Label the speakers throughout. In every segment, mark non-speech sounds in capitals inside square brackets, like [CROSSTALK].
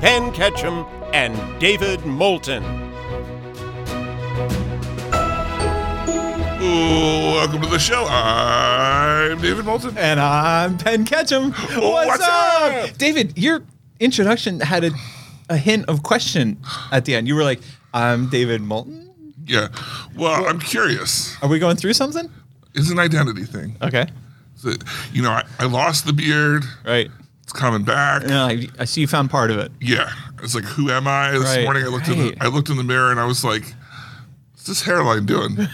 Speaker 1: Penn Ketchum and David Moulton.
Speaker 2: Ooh, welcome to the show. I'm David Moulton.
Speaker 3: And I'm Penn Ketchum. What's,
Speaker 2: What's
Speaker 3: up?
Speaker 2: up?
Speaker 3: David, your introduction had a, a hint of question at the end. You were like, I'm David Moulton.
Speaker 2: Yeah. Well, I'm curious.
Speaker 3: Are we going through something?
Speaker 2: It's an identity thing.
Speaker 3: Okay.
Speaker 2: So, you know, I, I lost the beard.
Speaker 3: Right.
Speaker 2: It's coming back.
Speaker 3: No, I, I see you found part of it.
Speaker 2: Yeah. It's like, who am I? This
Speaker 3: Right,
Speaker 2: morning, I looked in the,
Speaker 3: right.
Speaker 2: I looked in the mirror and I was like, "What's this hairline doing? Do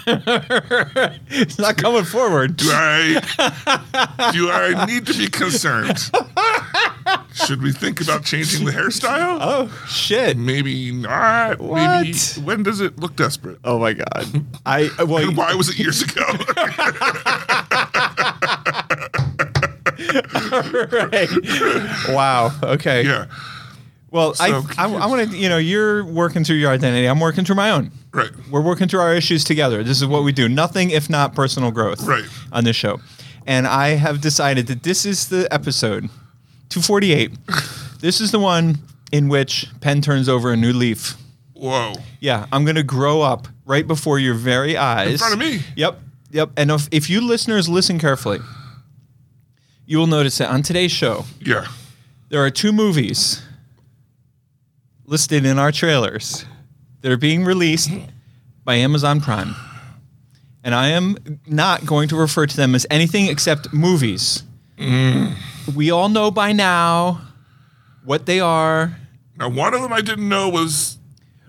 Speaker 3: It's not coming forward. [LAUGHS]
Speaker 2: I do I need to be concerned? Should we think about changing the hairstyle?
Speaker 3: Oh, shit.
Speaker 2: Maybe not. Maybe
Speaker 3: What?
Speaker 2: when does it look desperate?
Speaker 3: Oh, my God. I, uh, [LAUGHS] well,
Speaker 2: And why was it years ago? [LAUGHS]
Speaker 3: right. Wow. Okay.
Speaker 2: yeah.
Speaker 3: Well, I,
Speaker 2: So
Speaker 3: I, I want to, you know, you're working through your identity. I'm working through my own.
Speaker 2: Right.
Speaker 3: We're working through our issues together. This is what we do. Nothing if not personal growth
Speaker 2: Right.
Speaker 3: on this show. And I have decided that this is the episode 248.
Speaker 2: [LAUGHS]
Speaker 3: this is the one in which Penn turns over a new leaf.
Speaker 2: Whoa.
Speaker 3: Yeah, I'm going to grow up right before your very eyes.
Speaker 2: front of me.
Speaker 3: Yep. Yep. And if, if you listeners listen carefully, you will notice that on today's show,
Speaker 2: Yeah.
Speaker 3: there are two movies listed in our trailers that are being released by Amazon Prime. And I am not going to refer to them as anything except movies. We all know by now what they are.
Speaker 2: Now one of them I didn't know was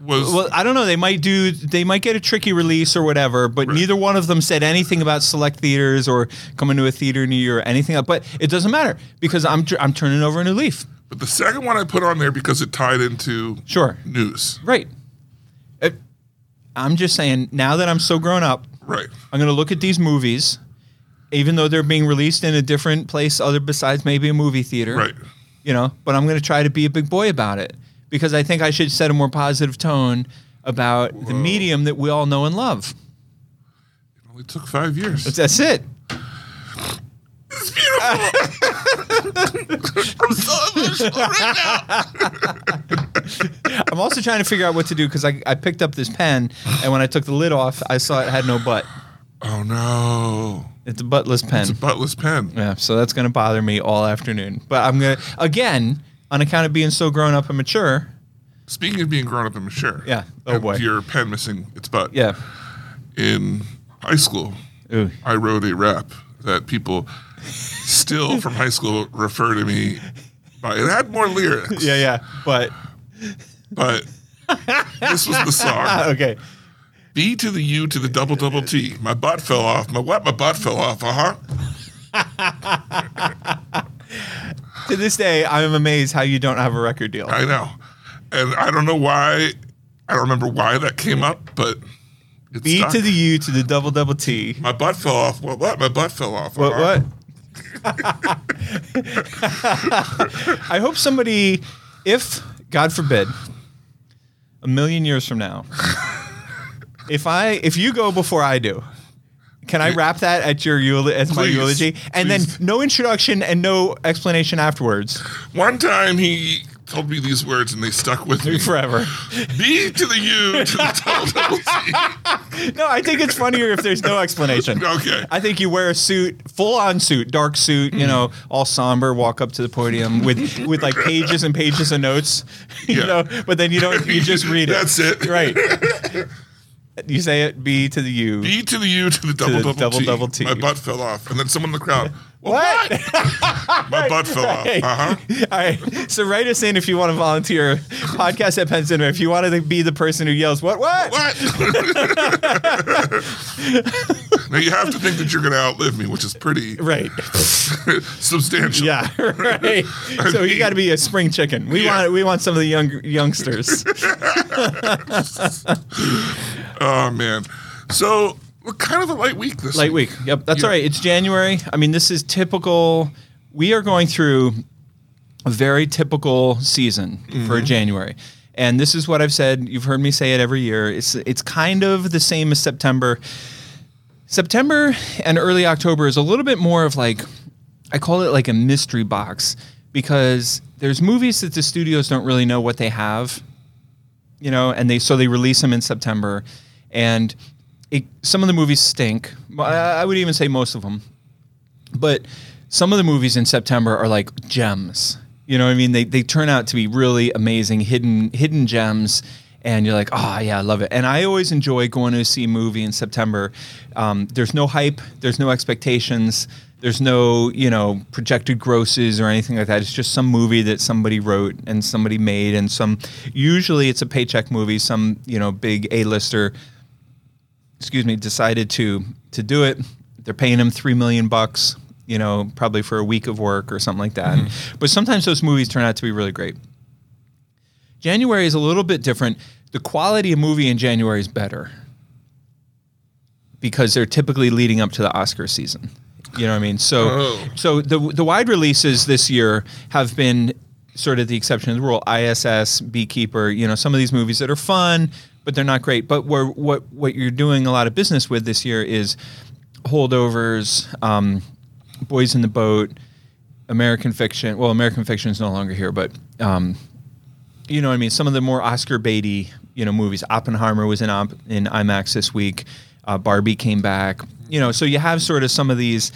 Speaker 2: was
Speaker 3: Well, I don't know. They might do. They might get a tricky release or whatever. But neither one of them said anything about select theaters or coming to a theater near you or anything. But it doesn't matter because I'm tr- I'm turning over a new leaf.
Speaker 2: but the second one I put on there because it tied into
Speaker 3: Sure.
Speaker 2: news.
Speaker 3: Right. It- I'm just saying, now that I'm so grown up,
Speaker 2: Right.
Speaker 3: I'm going to look at these movies, even though they're being released in a different place other besides maybe a movie theater.
Speaker 2: Right.
Speaker 3: You know, but I'm going to try to be a big boy about it because I think I should set a more positive tone about the medium that we all know and love.
Speaker 2: It only took five years. It's,
Speaker 3: That's it.
Speaker 2: beautiful. [LAUGHS] I'm so emotional right now.
Speaker 3: I'm also trying to figure out what to do because I, I picked up this pen and when I took the lid off, I saw it had no butt.
Speaker 2: Oh no.
Speaker 3: It's a buttless pen.
Speaker 2: It's a buttless pen.
Speaker 3: Yeah, so that's gonna bother me all afternoon. But I'm gonna again, on account of being so grown up and mature.
Speaker 2: Speaking of being grown up and mature.
Speaker 3: Yeah. Oh,
Speaker 2: and
Speaker 3: boy.
Speaker 2: Your pen missing its butt.
Speaker 3: Yeah.
Speaker 2: In high school,
Speaker 3: Ooh.
Speaker 2: I wrote a rap that people still from high school refer to me by. It had more lyrics.
Speaker 3: Yeah, yeah. But
Speaker 2: but this was the
Speaker 3: [LAUGHS]
Speaker 2: song.
Speaker 3: okay.
Speaker 2: B to the U to the double double T. My butt fell off. My what? My butt fell off. Uh huh.
Speaker 3: To this day, I'm amazed how you don't have a record deal.
Speaker 2: I know, and I don't know why. I don't remember why that came up, but it's
Speaker 3: B to the U to the double double T.
Speaker 2: My butt fell off. What? What? My butt fell off.
Speaker 3: What
Speaker 2: uh-huh.
Speaker 3: what? [LAUGHS] I hope somebody if God forbid a million years
Speaker 2: [LAUGHS]
Speaker 3: from now if I if you go before I do can I wrap that at your eul- as my
Speaker 2: Please,
Speaker 3: eulogy and
Speaker 2: please.
Speaker 3: then no introduction and no explanation afterwards
Speaker 2: [LAUGHS] One time he told me these words, and they stuck with me
Speaker 3: forever.
Speaker 2: B to the U to
Speaker 3: [LAUGHS]
Speaker 2: the double double T.
Speaker 3: No, I think it's funnier if there's no explanation.
Speaker 2: [LAUGHS] Okay.
Speaker 3: I think you wear a suit, full on suit, dark suit, you know, all somber, walk up to the podium with with like pages and pages of notes, [LAUGHS] you
Speaker 2: Yeah.
Speaker 3: know, but then you don't you just read it.
Speaker 2: That's it. [LAUGHS]
Speaker 3: Right. You say it B to the U.
Speaker 2: B to the U to the double
Speaker 3: the
Speaker 2: double,
Speaker 3: double,
Speaker 2: T.
Speaker 3: double T.
Speaker 2: My butt fell off, and then someone in the crowd. Well,
Speaker 3: What?
Speaker 2: My butt fell off.
Speaker 3: Right.
Speaker 2: Uh huh.
Speaker 3: [LAUGHS] All right. So write us in if you want to volunteer. Podcast at Penn Center. If you want to be the person who yells, what, what?
Speaker 2: What? [LAUGHS] Now you have to think that you're going to outlive me, which is pretty [LAUGHS]
Speaker 3: Right.
Speaker 2: substantial.
Speaker 3: Yeah. [LAUGHS]
Speaker 2: [LAUGHS]
Speaker 3: Right. So you got to be a spring chicken. We
Speaker 2: Yeah.
Speaker 3: want we want some of the young youngsters.
Speaker 2: Oh man. So kind of a light week this
Speaker 3: Light week. Yep, that's
Speaker 2: Yeah.
Speaker 3: all right. It's January. I mean, this is typical. We are going through a very typical season for January. And this is what I've said. You've heard me say it every year. It's it's kind of the same as September. September and early October is a little bit more of like I call it like a mystery box because there's movies that the studios don't really know what they have you know, and they so they release them in September, and it, some of the movies stink. I, I would even say most of them, but some of the movies in September are like gems. You know what I mean? They they turn out to be really amazing hidden hidden gems. And you're like, oh yeah, I love it. And I always enjoy going to see a movie in September. Um, there's no hype, there's no expectations, there's no you know projected grosses or anything like that. It's just some movie that somebody wrote and somebody made, and some usually it's a paycheck movie. Some you know big A-lister excuse me, decided to to do it. They're paying him three million bucks, you know, probably for a week of work or something like that. But sometimes those movies turn out to be really great. January is a little bit different. The quality of movie in January is better because they're typically leading up to the Oscar season. You know what I mean? So,
Speaker 2: Oh.
Speaker 3: so the the wide releases this year have been sort of the exception to the rule. ISS, Beekeeper, you know, some of these movies that are fun, but they're not great. But where what what you're doing a lot of business with this year is holdovers, um, Boys in the Boat, American Fiction. Well, American Fiction is no longer here, but um, you know what I mean? Some of the more Oscar baity, you know, movies. Oppenheimer was in op- in IMAX this week. Uh, Barbie came back. You know, so you have sort of some of these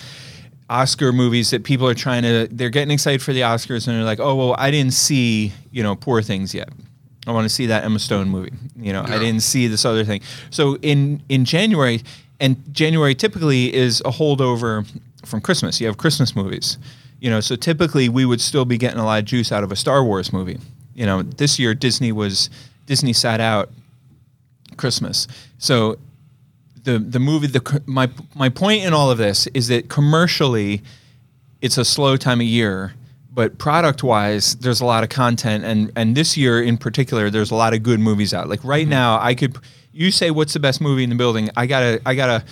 Speaker 3: Oscar movies that people are trying to. They're getting excited for the Oscars, and they're like, "Oh, well, I didn't see you know Poor Things yet. I want to see that Emma Stone movie. You know, I didn't see this other thing." So in in January, and January typically is a holdover from Christmas. You have Christmas movies. You know, so typically we would still be getting a lot of juice out of a Star Wars movie. You know, this year Disney was Disney sat out Christmas. So the the movie the co- my my point in all of this is that commercially it's a slow time of year, but product wise there's a lot of content and and this year in particular there's a lot of good movies out. Like right now I could you say what's the best movie in the building? I got to I got to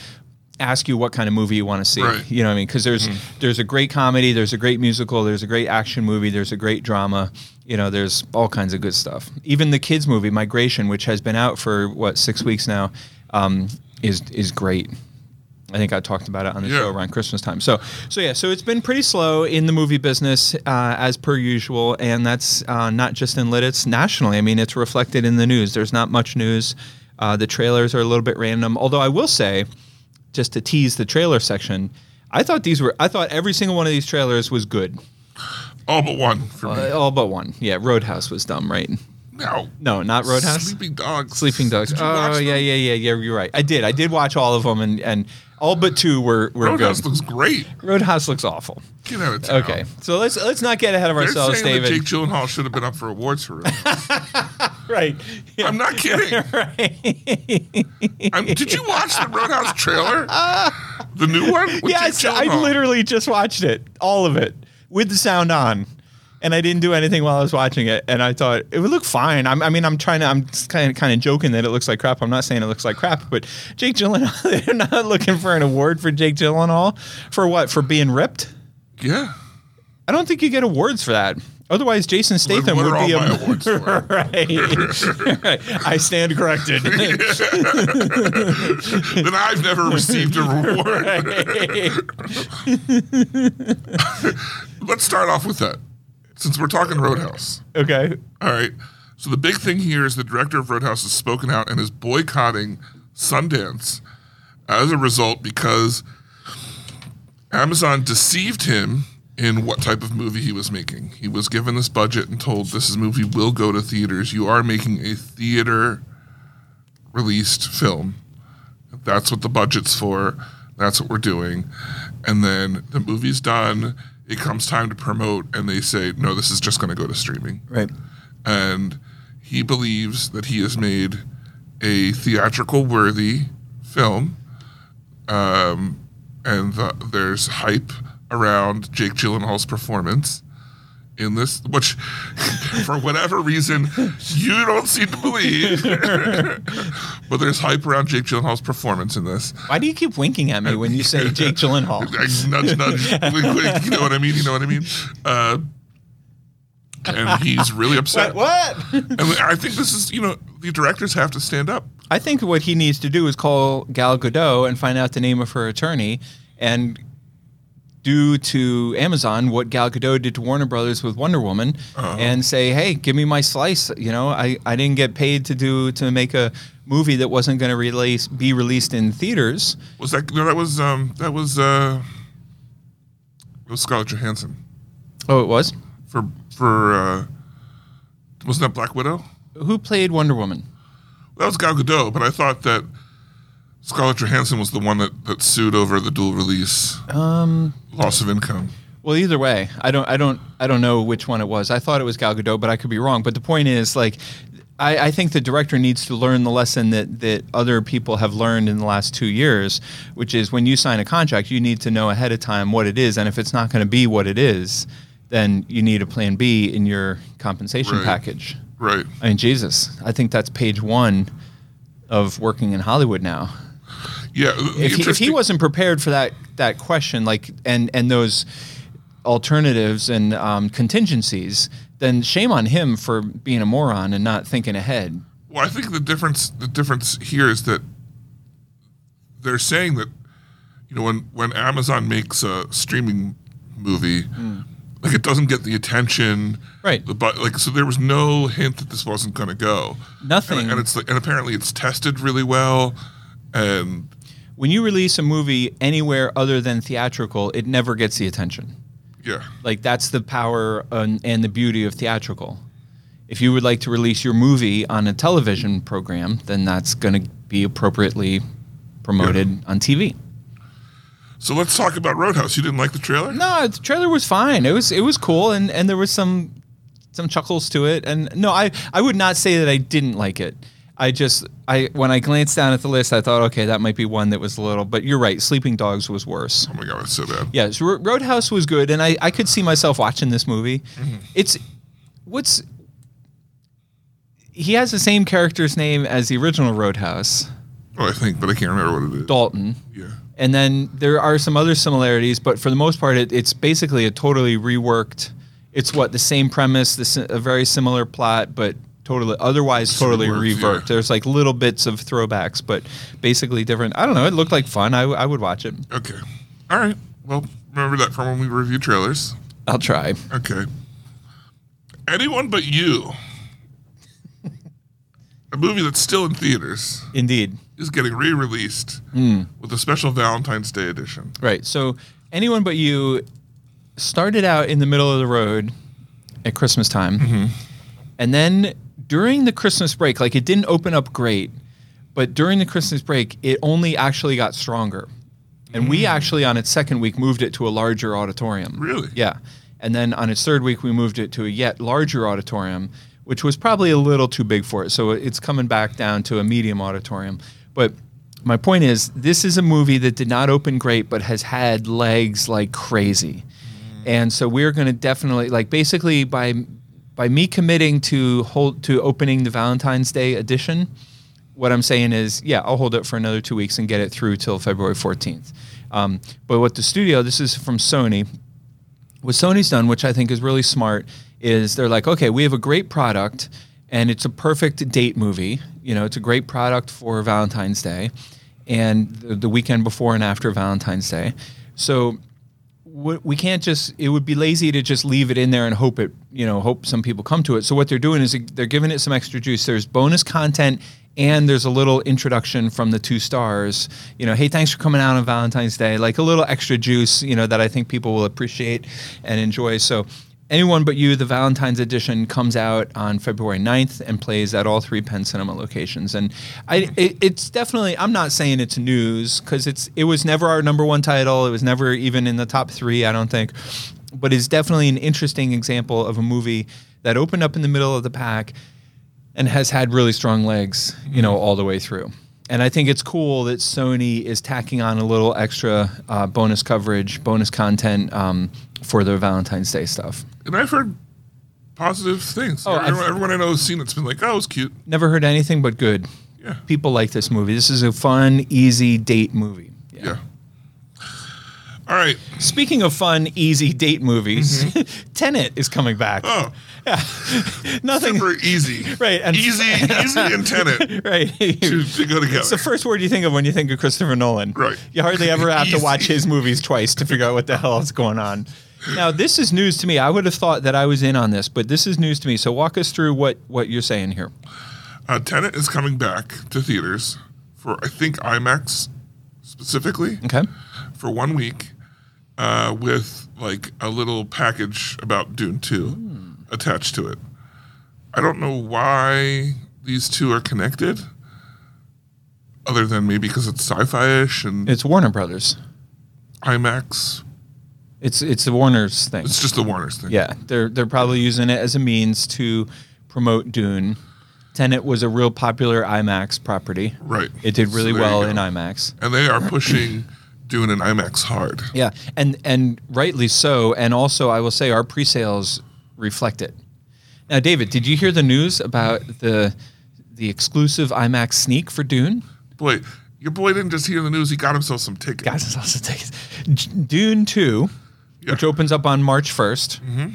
Speaker 3: ask you what kind of movie you want to see.
Speaker 2: Right.
Speaker 3: You know what I mean? Cuz there's there's a great comedy, there's a great musical, there's a great action movie, there's a great drama. You know, there's all kinds of good stuff. Even the kids movie Migration which has been out for what 6 weeks now um, is is great. I think I talked about it on the
Speaker 2: Yeah.
Speaker 3: show around Christmas time. So, so yeah, so it's been pretty slow in the movie business uh, as per usual, and that's uh, not just in lit; it's nationally. I mean, it's reflected in the news. There's not much news. Uh, the trailers are a little bit random. Although I will say, just to tease the trailer section, I thought these were. I thought every single one of these trailers was good,
Speaker 2: All but one for me.
Speaker 3: Uh, all but one. Yeah, Roadhouse was dumb, right?
Speaker 2: No.
Speaker 3: No, not Roadhouse.
Speaker 2: Sleeping dogs.
Speaker 3: Sleeping Dogs.
Speaker 2: Did you watch
Speaker 3: Oh
Speaker 2: them?
Speaker 3: yeah, yeah, yeah, yeah. You're right. I did. I did watch all of them, and and all but two were were
Speaker 2: Roadhouse
Speaker 3: good.
Speaker 2: looks great.
Speaker 3: Roadhouse looks awful.
Speaker 2: Get out of town.
Speaker 3: Okay, so let's let's not get ahead of
Speaker 2: They're
Speaker 3: ourselves,
Speaker 2: saying that
Speaker 3: David.
Speaker 2: Jake Gyllenhaal should have been up for awards for
Speaker 3: [LAUGHS]
Speaker 2: it.
Speaker 3: right,
Speaker 2: [LAUGHS]
Speaker 3: [LAUGHS]
Speaker 2: I'm not kidding. I'm, did you watch the Roadhouse
Speaker 3: [LAUGHS]
Speaker 2: trailer? The new one? With
Speaker 3: yes,
Speaker 2: Jake
Speaker 3: I
Speaker 2: Gyllenhaal?
Speaker 3: literally just watched it, all of it, with the sound on, and I didn't do anything while I was watching it, and I thought it would look fine. I'm, I mean, I'm trying to, I'm kind of kind of joking that it looks like crap. I'm not saying it looks like crap, but Jake Gyllenhaal, [LAUGHS] they're not looking for an award for Jake Gyllenhaal for what? For being ripped?
Speaker 2: Yeah.
Speaker 3: I don't think you get awards for that. Otherwise, Jason Statham
Speaker 2: what
Speaker 3: would
Speaker 2: are all
Speaker 3: be
Speaker 2: my
Speaker 3: [LAUGHS] a
Speaker 2: awards for?
Speaker 3: right. [LAUGHS] right. I
Speaker 2: [LAUGHS]
Speaker 3: stand corrected.
Speaker 2: Then I've never received a reward. Let's start off with that, since we're talking Roadhouse.
Speaker 3: okay.
Speaker 2: All right. So the big thing here is the director of Roadhouse has spoken out and is boycotting Sundance as a result because Amazon deceived him in what type of movie he was making. He was given this budget and told this is movie will go to theaters. You are making a theater released film. That's what the budget's for. That's what we're doing. And then the movie's done. It comes time to promote, and they say, no, this is just going to go to streaming
Speaker 3: Right.
Speaker 2: and he believes that he has made a theatrical worthy film um, and the, there's hype around Jake Gyllenhaal's performance in this, which, [LAUGHS] for whatever reason, you don't seem to believe. [LAUGHS] but there's hype around Jake Gyllenhaal's performance in this.
Speaker 3: Why do you keep winking at me when you say Jake Gyllenhaal?
Speaker 2: [LAUGHS] I nudge, nudge, wink, wink. You know what I mean? You know what I mean? Uh, and he's really upset.
Speaker 3: what?
Speaker 2: And I think this is, you know, the directors have to stand up.
Speaker 3: I think what he needs to do is call Gal Gadot and find out the name of her attorney and do to Amazon what Gal Gadot did to Warner Brothers with Wonder Woman and say, "Hey, give me my slice." You know, I, I didn't get paid to do to make a movie that wasn't going to release be released in theaters.
Speaker 2: Was that no? That was um. That was uh. It was Scarlett Johansson
Speaker 3: Oh, it was.
Speaker 2: for for uh. Wasn't that Black Widow?
Speaker 3: Who played Wonder Woman?
Speaker 2: That was Gal Gadot, but I thought that Scarlett Johansson was the one that, that sued over the dual release um loss of income.
Speaker 3: Well, either way, I don't, I don't, I don't know which one it was. I thought it was Gal Gadot, but I could be wrong. But the point is, like, I, I think the director needs to learn the lesson that that other people have learned in the last two years, which is when you sign a contract, you need to know ahead of time what it is, and if it's not going to be what it is, then you need a plan B in your compensation
Speaker 2: Right.
Speaker 3: package.
Speaker 2: Right.
Speaker 3: I mean, Jesus, I think that's page one of working in Hollywood now
Speaker 2: Yeah.
Speaker 3: if he, if he
Speaker 2: interesting-
Speaker 3: wasn't prepared for that that question, like and and those alternatives and um, contingencies, then shame on him for being a moron and not thinking ahead.
Speaker 2: Well, I think the difference the difference here is that they're saying that you know when when Amazon makes a streaming movie, like it doesn't get the attention,
Speaker 3: Hmm. Right.
Speaker 2: The but like so there was no hint that this wasn't going to go.
Speaker 3: Nothing.
Speaker 2: and, and it's like and apparently it's tested really well, and
Speaker 3: When you release a movie anywhere other than theatrical, it never gets the attention.
Speaker 2: yeah,
Speaker 3: Like that's the power and, and the beauty of theatrical. If you would like to release your movie on a television program, then that's going to be appropriately promoted on TV.
Speaker 2: so let's talk about Roadhouse. You didn't like the trailer?
Speaker 3: No, the trailer was fine. It was it was cool, and and there was some some chuckles to it. And no, I I would not say that I didn't like it. I just I when I glanced down at the list, I thought, okay, that might be one that was a little. But you're right, Sleeping Dogs was worse.
Speaker 2: Oh my god, it's so bad.
Speaker 3: Yes, Ro- Roadhouse was good, and I I could see myself watching this movie. It's what's he has the same character's name as the original Roadhouse,
Speaker 2: Oh, I think, but I can't remember what it is.
Speaker 3: Dalton.
Speaker 2: Yeah,
Speaker 3: And then there are some other similarities, but for the most part, it, it's basically a totally reworked. It's what the same premise, this a very similar plot, but totally otherwise totally
Speaker 2: Reworked, yeah.
Speaker 3: reworked. There's like little bits of throwbacks, but basically different. I don't know. It looked like fun. I, w- I would watch it.
Speaker 2: okay, all right. Well, remember that from when we review trailers.
Speaker 3: I'll try.
Speaker 2: Okay. Anyone but you. a movie that's still in theaters
Speaker 3: Indeed.
Speaker 2: is getting re-released
Speaker 3: Hmm.
Speaker 2: with a special Valentine's Day edition.
Speaker 3: Right. So anyone but you started out in the middle of the road at Christmas time, and then during the Christmas break, like it didn't open up great, but during the Christmas break, it only actually got stronger. And we actually, on its second week, moved it to a larger auditorium.
Speaker 2: Really?
Speaker 3: Yeah. And then on its third week, we moved it to a yet larger auditorium, which was probably a little too big for it. So it's coming back down to a medium auditorium. But my point is, this is a movie that did not open great, but has had legs like crazy. And so we're going to definitely, like, basically by by me committing to hold to opening the Valentine's Day edition, what I'm saying is, yeah, I'll hold it for another two weeks and get it through till February 14th. Um, but what the studio, this is from Sony, what Sony's done, which I think is really smart, is they're like, okay, we have a great product and it's a perfect date movie. You know, it's a great product for Valentine's Day and the, the weekend before and after Valentine's Day. So we we can't just it would be lazy to just leave it in there and hope it you know hope some people come to it so what they're doing is they're giving it some extra juice there's bonus content and there's a little introduction from the two stars you know hey thanks for coming out on valentine's day like a little extra juice you know that i think people will appreciate and enjoy so anyone but you the valentine's edition comes out on february 9th and plays at all three penn cinema locations and i it, it's definitely i'm not saying it's news because it's it was never our number one title it was never even in the top three i don't think but it's definitely an interesting example of a movie that opened up in the middle of the pack and has had really strong legs you know all the way through And I think it's cool that Sony is tacking on a little extra uh, bonus coverage, bonus content um, for their Valentine's Day stuff.
Speaker 2: And I've heard positive things.
Speaker 3: Oh,
Speaker 2: everyone,
Speaker 3: I've-
Speaker 2: everyone I know has seen it's been like, oh, it was cute.
Speaker 3: Never heard anything but good.
Speaker 2: Yeah.
Speaker 3: People like this movie. This is a fun, easy date movie.
Speaker 2: Yeah. All right.
Speaker 3: Speaking of fun, easy date movies, [LAUGHS] Tenet is coming back.
Speaker 2: Mm-hmm. Oh,
Speaker 3: Yeah. [LAUGHS] Nothing. [LAUGHS]
Speaker 2: super easy.
Speaker 3: Right, and- [LAUGHS]
Speaker 2: easy, easy and tenant
Speaker 3: Right.
Speaker 2: to, to go together.
Speaker 3: It's the first word you think of when you think of Christopher Nolan.
Speaker 2: Right.
Speaker 3: You hardly ever have
Speaker 2: [LAUGHS]
Speaker 3: to
Speaker 2: Easy.
Speaker 3: watch his movies twice to figure out what the hell is going on. Now, this is news to me. I would have thought that I was in on this, but this is news to me. So walk us through what, what you're saying here.
Speaker 2: Uh, Tenet is coming back to theaters for, I think, IMAX specifically
Speaker 3: Okay.
Speaker 2: for one week uh, with like a little package about Dune 2 attached to it. I don't know why these two are connected, other than maybe because it's sci fi ish and
Speaker 3: It's Warner Brothers.
Speaker 2: IMAX.
Speaker 3: It's it's the Warner's thing.
Speaker 2: It's just the Warner's thing.
Speaker 3: Yeah, they're they're probably using it as a means to promote Dune. Tenet was a real popular IMAX property.
Speaker 2: Right.
Speaker 3: It did really
Speaker 2: So there you
Speaker 3: well
Speaker 2: go.
Speaker 3: in IMAX.
Speaker 2: And they are pushing Dune and IMAX hard.
Speaker 3: Yeah, and and rightly so. And also, I will say our pre-sales reflect it. Now, David, did you hear the news about the the exclusive IMAX sneak for Dune?
Speaker 2: Boy, your boy didn't just hear the news, he got himself some tickets.
Speaker 3: Guys, it's also tickets. J- Dune Two,
Speaker 2: Yeah. Mm-hmm.
Speaker 3: which opens up on March 1st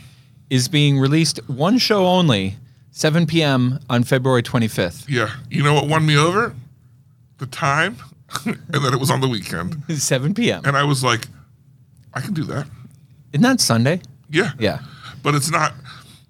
Speaker 3: is being released one show only, 7 p.m. on February 25th.
Speaker 2: Yeah. You know what won me over? The time [LAUGHS] and that it was on the weekend.
Speaker 3: 7 p.m.
Speaker 2: And I was like, I can do that.
Speaker 3: Isn't that Sunday?
Speaker 2: Yeah.
Speaker 3: Yeah.
Speaker 2: But it's not.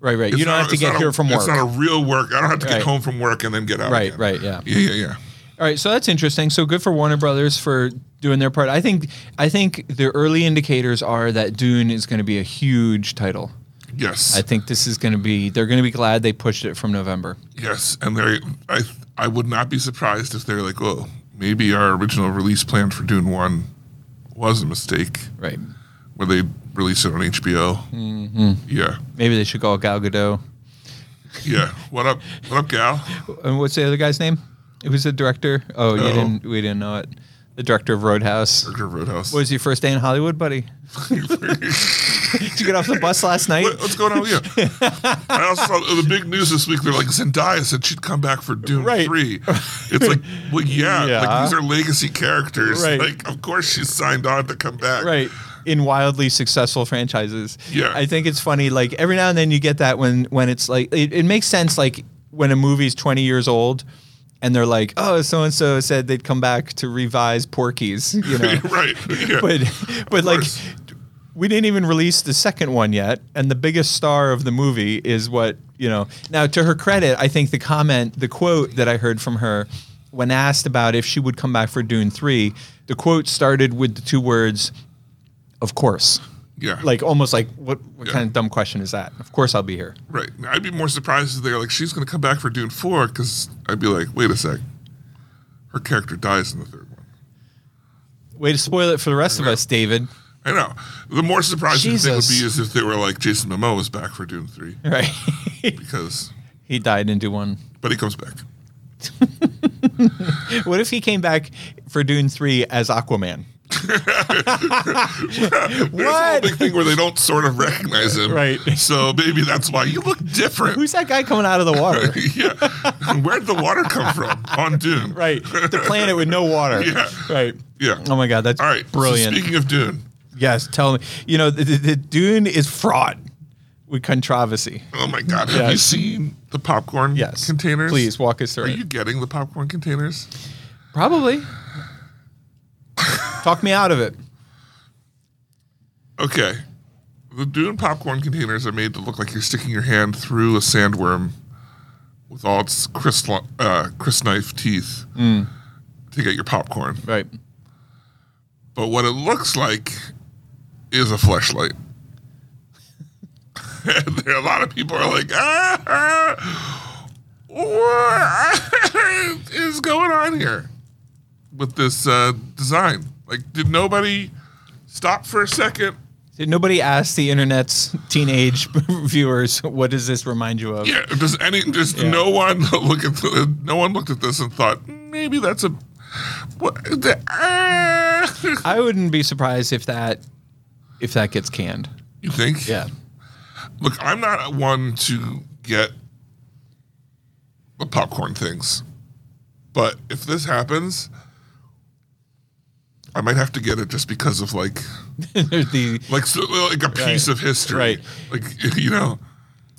Speaker 3: Right, right.
Speaker 2: it's
Speaker 3: you don't
Speaker 2: not-
Speaker 3: have to
Speaker 2: it's
Speaker 3: get
Speaker 2: not a-
Speaker 3: here from work.
Speaker 2: It's not a real work. I don't have to
Speaker 3: Right.
Speaker 2: get home from work and then get out.
Speaker 3: Right,
Speaker 2: again.
Speaker 3: right, yeah.
Speaker 2: Yeah, yeah, yeah.
Speaker 3: All right, so that's interesting. So good for Warner Brothers for doing their part. I think I think the early indicators are that Dune is going to be a huge title.
Speaker 2: Yes.
Speaker 3: I think this is going to be they're going to be glad they pushed it from November.
Speaker 2: yes. And they I I would not be surprised if they're like, oh, maybe our original release plan for Dune 1 was a mistake
Speaker 3: Right.
Speaker 2: where they released it on HBO. Mm-hmm. Yeah.
Speaker 3: Maybe they should call Gal Gadot.
Speaker 2: Yeah. What up? What up, gal?
Speaker 3: And what's the other guy's name? It was the director. Oh, you
Speaker 2: No.
Speaker 3: didn't we didn't know it. The director of Roadhouse.
Speaker 2: Director of Roadhouse.
Speaker 3: What was your first day in Hollywood, buddy?
Speaker 2: [LAUGHS]
Speaker 3: Did you get off the bus last night?
Speaker 2: What- what's going on with
Speaker 3: [LAUGHS]
Speaker 2: you? I also saw the big news this week. They're like Zendaya said she'd come back for Dune
Speaker 3: Right.
Speaker 2: Three. It's like, well, yeah,
Speaker 3: Yeah.
Speaker 2: like these are legacy characters.
Speaker 3: Right.
Speaker 2: Like, of course she's signed on to come back. [LAUGHS]
Speaker 3: right in wildly successful franchises
Speaker 2: Yeah.
Speaker 3: i think it's funny like every now and then you get that when when it's like it, it makes sense like when a movie's 20 years old and they're like oh so and so said they'd come back to revise porkies you know
Speaker 2: [LAUGHS] right. Yeah.
Speaker 3: [LAUGHS] but but like
Speaker 2: course.
Speaker 3: we didn't even release the second one yet and the biggest star of the movie is what you know now to her credit i think the comment the quote that i heard from her when asked about if she would come back for dune 3 the quote started with the two words of course
Speaker 2: yeah.
Speaker 3: like almost like what, what
Speaker 2: Yeah.
Speaker 3: kind of dumb question is that of course i'll be here
Speaker 2: right. I'd be more surprised if they're like she's going to come back for Dune Four because I'd be like, wait a sec, her character dies in the third one.
Speaker 3: way to spoil it for the rest of us david
Speaker 2: I know. The more surprising thing would
Speaker 3: Jesus.
Speaker 2: be is if they were like Jason Momoa is back for Dune Three
Speaker 3: right [LAUGHS]
Speaker 2: because,
Speaker 3: he died in dune 1
Speaker 2: but he comes back.
Speaker 3: what if he came back for dune 3 as aquaman
Speaker 2: [LAUGHS] There's a whole
Speaker 3: What?
Speaker 2: big thing where they don't sort of recognize him.
Speaker 3: Right.
Speaker 2: So maybe that's why you look different.
Speaker 3: Who's that guy coming out of the water?
Speaker 2: [LAUGHS] yeah. Where'd the water come from on Dune?
Speaker 3: right. The planet with no water.
Speaker 2: Yeah.
Speaker 3: Right.
Speaker 2: Yeah.
Speaker 3: Oh my God, that's
Speaker 2: All right. so
Speaker 3: brilliant.
Speaker 2: speaking of Dune,
Speaker 3: yes, tell me. You know, the, the, the Dune is fraught with controversy.
Speaker 2: oh my God, have you
Speaker 3: Yes.
Speaker 2: seen the popcorn
Speaker 3: Yes.
Speaker 2: containers?
Speaker 3: Please walk us through
Speaker 2: Are
Speaker 3: it.
Speaker 2: you getting the popcorn containers?
Speaker 3: Probably. Talk me out of it.
Speaker 2: Okay. The Dune popcorn containers are made to look like you're sticking your hand through a sandworm with all its Chris, uh, Chris knife teeth to get your popcorn.
Speaker 3: Right.
Speaker 2: but what it looks like is a fleshlight. [LAUGHS] and there, a lot of people are like, ah, ah, what is going on here with this uh, design? Like, did nobody stop for a second?
Speaker 3: Did nobody ask the internet's teenage [LAUGHS] viewers what does this remind you of?
Speaker 2: [LAUGHS] Yeah, does any? Does no one look at the, no one looked at this and thought maybe that's a What the, ah! [LAUGHS]
Speaker 3: I wouldn't be surprised if that if that gets canned.
Speaker 2: you think?
Speaker 3: Yeah. [LAUGHS]
Speaker 2: Look, I'm not one to get the popcorn things, but if this happens, I might have to get it just because of like,
Speaker 3: the
Speaker 2: like, so, like a piece
Speaker 3: Right.
Speaker 2: of history,
Speaker 3: Right.
Speaker 2: Like, [LAUGHS] you know,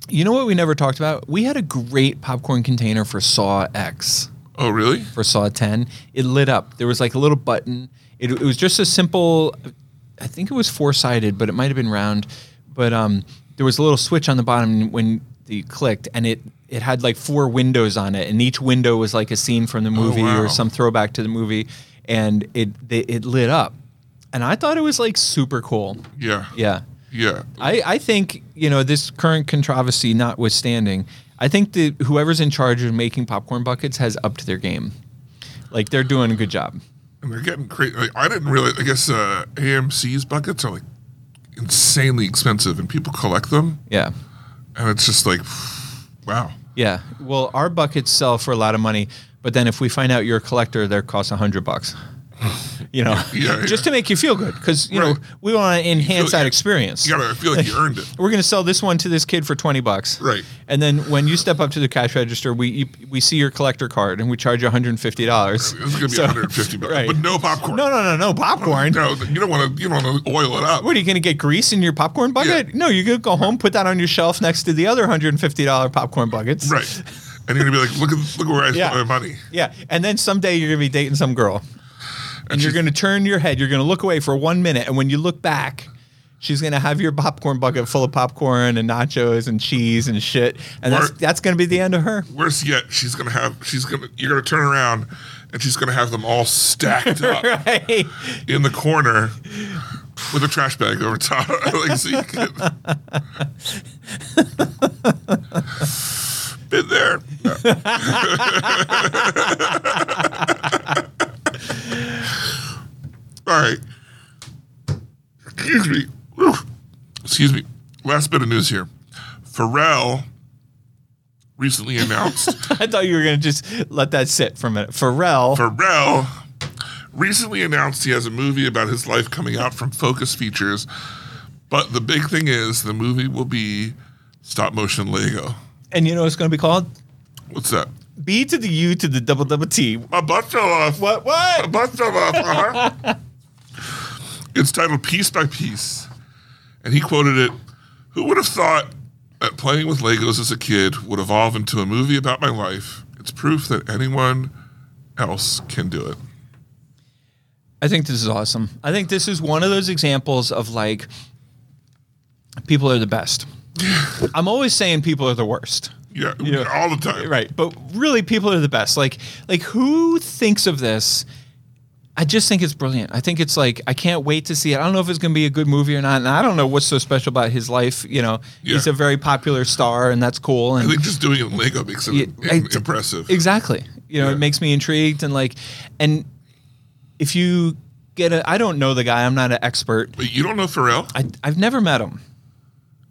Speaker 3: you know what we never talked about? We had a great popcorn container for Saw X.
Speaker 2: oh really?
Speaker 3: for Saw 10. It lit up. There was like a little button. It, it was just a simple, I think it was four sided, but it might have been round. But um, there was a little switch on the bottom when you clicked, and it it had like four windows on it, and each window was like a scene from the movie
Speaker 2: wow.
Speaker 3: or some throwback to the movie, and it they, it lit up, and I thought it was like super cool.
Speaker 2: Yeah,
Speaker 3: Yeah.
Speaker 2: yeah.
Speaker 3: I, I think you know this current controversy notwithstanding, I think that whoever's in charge of making popcorn buckets has upped their game. Like they're doing a good job.
Speaker 2: And they're getting crazy. Like, I didn't really. I guess uh, AMC's buckets are like insanely expensive, and people collect them,
Speaker 3: Yeah,
Speaker 2: and it's just like, wow.
Speaker 3: yeah. Well, our buckets sell for a lot of money, but then if we find out you're a collector, they cost a
Speaker 2: [LAUGHS]
Speaker 3: hundred bucks. You know,
Speaker 2: Yeah, yeah.
Speaker 3: just to make you feel good, because you
Speaker 2: Right.
Speaker 3: know we want to enhance
Speaker 2: feel-
Speaker 3: that experience.
Speaker 2: You gotta feel like you earned it.
Speaker 3: We're gonna sell this one to this kid for twenty bucks.
Speaker 2: Right.
Speaker 3: And then when you step up to the cash register, we you, we see your collector card and we charge you one hundred and fifty dollars.
Speaker 2: This is gonna be 150 bucks,
Speaker 3: right.
Speaker 2: but no popcorn.
Speaker 3: No, no, no, no popcorn.
Speaker 2: No, you don't want to. You don't want to oil it up.
Speaker 3: What are you going to get grease in your popcorn bucket?
Speaker 2: Yeah.
Speaker 3: No, you're going to go home, put that on your shelf next to the other hundred and fifty dollar popcorn buckets. [LAUGHS]
Speaker 2: Right. And you're gonna be like, look at look where I
Speaker 3: Yeah.
Speaker 2: spent my money.
Speaker 3: Yeah, and then someday you're going to be dating some girl, and, you're
Speaker 2: she's-
Speaker 3: going to turn your head. You're going to look away for one minute, and when you look back, she's going to have your popcorn bucket full of popcorn and nachos and cheese and shit, and that's
Speaker 2: Or-
Speaker 3: that's going to be the end of her. [LAUGHS]
Speaker 2: Worse yet, she's gonna have. She's gonna. You're gonna turn around, and she's gonna have them all stacked up
Speaker 3: [LAUGHS] Right.
Speaker 2: in the corner with a trash bag over top. [LAUGHS] like, so you can, been there. [LAUGHS] No. All right. Excuse me. Whew. Excuse me. Last bit of news here. Pharrell recently announced
Speaker 3: I thought you were going to just let that sit for a minute. Pharrell.
Speaker 2: Pharrell recently announced he has a movie about his life coming out from Focus Features. But the big thing is the movie will be stop motion Lego.
Speaker 3: and you know what it's going to be called?
Speaker 2: What's that?
Speaker 3: B to the U to the double double T.
Speaker 2: My butt fell off.
Speaker 3: What? What?
Speaker 2: My butt fell off. Uh-huh. it's titled Piece by Piece. And he quoted it Who would have thought that playing with Legos as a kid would evolve into a movie about my life? It's proof that anyone else can do it.
Speaker 3: I think this is awesome. I think this is one of those examples of like people are the [LAUGHS] best. I'm always saying people are the worst.
Speaker 2: Yeah,
Speaker 3: Yeah.
Speaker 2: all the time.
Speaker 3: Right, but really people are the best. Like like who thinks of this? I just think it's brilliant. I think it's like I can't wait to see it. I don't know if it's going to be a good movie or not, and I don't know what's so special about his life, you know. He's
Speaker 2: Yeah.
Speaker 3: a very popular star and that's cool and
Speaker 2: I think just doing it in Lego makes it
Speaker 3: Yeah, I-
Speaker 2: im- impressive.
Speaker 3: Exactly. You know, it makes me intrigued and like, and if you get a, I don't know the guy. I'm not an expert.
Speaker 2: but you don't know Pharrell?
Speaker 3: I, I've never met him.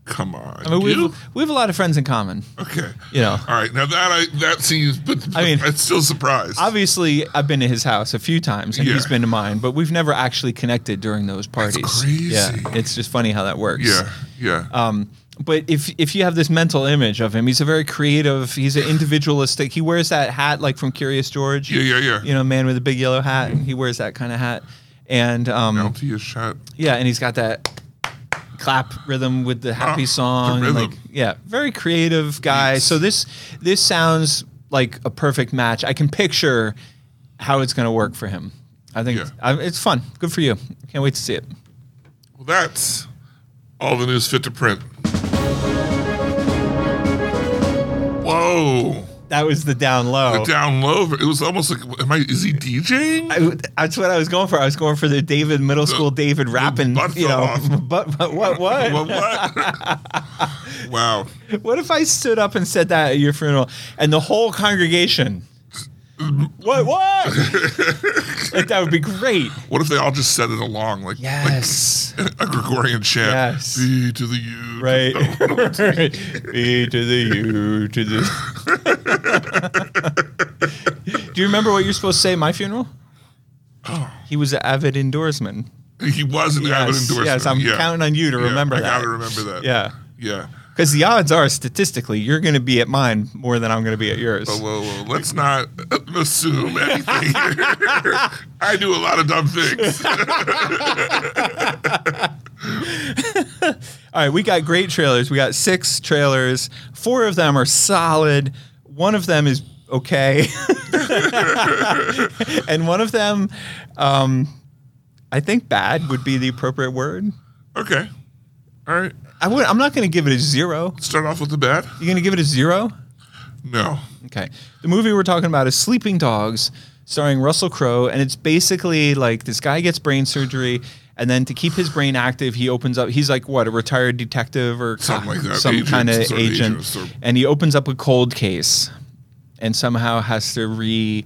Speaker 2: Come on.
Speaker 3: I mean, we
Speaker 2: you?
Speaker 3: have, we have a lot of friends in common.
Speaker 2: Okay.
Speaker 3: You know.
Speaker 2: All right. Now that I that seems, but
Speaker 3: I
Speaker 2: I
Speaker 3: mean-
Speaker 2: mean, I'm still surprised.
Speaker 3: Obviously, I've been to his house a few times, and he's
Speaker 2: Yeah.
Speaker 3: been to mine, but we've never actually connected during those parties.
Speaker 2: crazy.
Speaker 3: Yeah, it's just funny how that works.
Speaker 2: yeah. Yeah.
Speaker 3: Um, but if if you have this mental image of him, he's a very creative. He's an individualistic. He wears that hat like from Curious George.
Speaker 2: yeah. Yeah. Yeah.
Speaker 3: You know, man with a big yellow hat, and he wears that kind of hat. And um,
Speaker 2: Bounty is shot.
Speaker 3: Yeah, and he's got that clap rhythm with the happy
Speaker 2: Ah, the
Speaker 3: song. and,
Speaker 2: rhythm.
Speaker 3: like, yeah, very creative guy. So this this sounds like a perfect match. I can picture how it's going to work for him. I think
Speaker 2: Yeah.
Speaker 3: I, it's fun. Good for you. Can't wait to see it.
Speaker 2: Well, that's all the news fit to print. Whoa.
Speaker 3: That was the down low.
Speaker 2: The down low. It was almost like, am I? Is he DJing?
Speaker 3: Oh. I, that's what I was going for. I was going for the David middle school David rapping.
Speaker 2: butt
Speaker 3: You
Speaker 2: fell
Speaker 3: know,
Speaker 2: off.
Speaker 3: [LAUGHS] but, but what what?
Speaker 2: Well, what?
Speaker 3: [LAUGHS]
Speaker 2: wow.
Speaker 3: What if I stood up and said that at your funeral and the whole congregation? What
Speaker 2: [LAUGHS]
Speaker 3: what? like that would be great.
Speaker 2: What if they all just said it along like,
Speaker 3: Yes.
Speaker 2: like a Gregorian chant?
Speaker 3: Yes.
Speaker 2: B to the U.
Speaker 3: Right. [LAUGHS] B to the U to [LAUGHS] the Do you remember what you're supposed to say at my funeral? He was an avid endorsement.
Speaker 2: He was Oh. an avid endorser.
Speaker 3: yes, I'm
Speaker 2: yeah.
Speaker 3: counting on you to
Speaker 2: Yeah,
Speaker 3: remember
Speaker 2: I
Speaker 3: that.
Speaker 2: gotta remember that.
Speaker 3: Yeah,
Speaker 2: Yeah.
Speaker 3: because the odds are statistically you're going to be at mine more than I'm going to be at yours.
Speaker 2: Whoa, whoa, whoa. Let's not assume
Speaker 3: [LAUGHS]
Speaker 2: anything here. I do a lot of dumb things.
Speaker 3: All right, we got great trailers. We got six trailers. Four of them are solid. One of them is okay, [LAUGHS] and one of them, um, I think bad would be the appropriate word.
Speaker 2: Okay. All right.
Speaker 3: I would. I'm not going to give it a zero.
Speaker 2: Start off with the bad?
Speaker 3: You going to give it a zero?
Speaker 2: No.
Speaker 3: Okay. The movie we're talking about is Sleeping Dogs, starring Russell Crowe, and it's basically like this guy gets brain surgery, and then to keep his brain active, he opens up. He's like what a retired detective or
Speaker 2: Something like that.
Speaker 3: some
Speaker 2: Agent,
Speaker 3: kind
Speaker 2: some
Speaker 3: of
Speaker 2: sort of agent
Speaker 3: agent,
Speaker 2: of sort.
Speaker 3: and he opens up a cold case, and somehow has to re.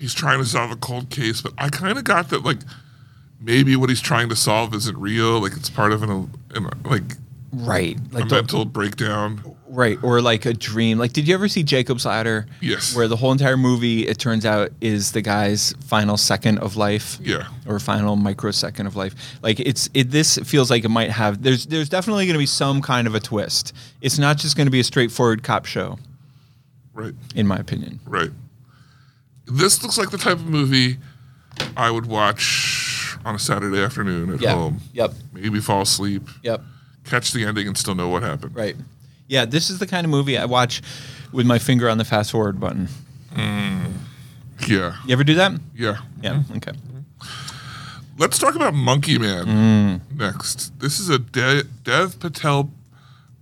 Speaker 2: He's trying to solve a cold case, but I kind of got that, like, maybe what he's trying to solve isn't real. Like, it's part of an, an like,
Speaker 3: Right,
Speaker 2: a
Speaker 3: like the-
Speaker 2: mental breakdown.
Speaker 3: right, or like a dream. Like, did you ever see Jacob's Ladder?
Speaker 2: Yes.
Speaker 3: Where the whole entire movie, it turns out, is the guy's final second of life.
Speaker 2: Yeah.
Speaker 3: or final microsecond of life. Like it's it this feels like it might have there's there's definitely going to be some kind of a twist. It's not just going to be a straightforward cop show
Speaker 2: Right.
Speaker 3: in my opinion.
Speaker 2: Right. This looks like the type of movie I would watch on a Saturday afternoon at home.
Speaker 3: Yep.
Speaker 2: Maybe fall asleep,
Speaker 3: Yep.
Speaker 2: catch the ending, and still know what happened.
Speaker 3: Right. Yeah, this is the kind of movie I watch with my finger on the fast forward button.
Speaker 2: Yeah.
Speaker 3: You ever do that?
Speaker 2: Yeah.
Speaker 3: Yeah.
Speaker 2: Mm-hmm.
Speaker 3: Okay.
Speaker 2: Let's talk about Monkey Man
Speaker 3: Mm.
Speaker 2: next. This is a De- Dev Patel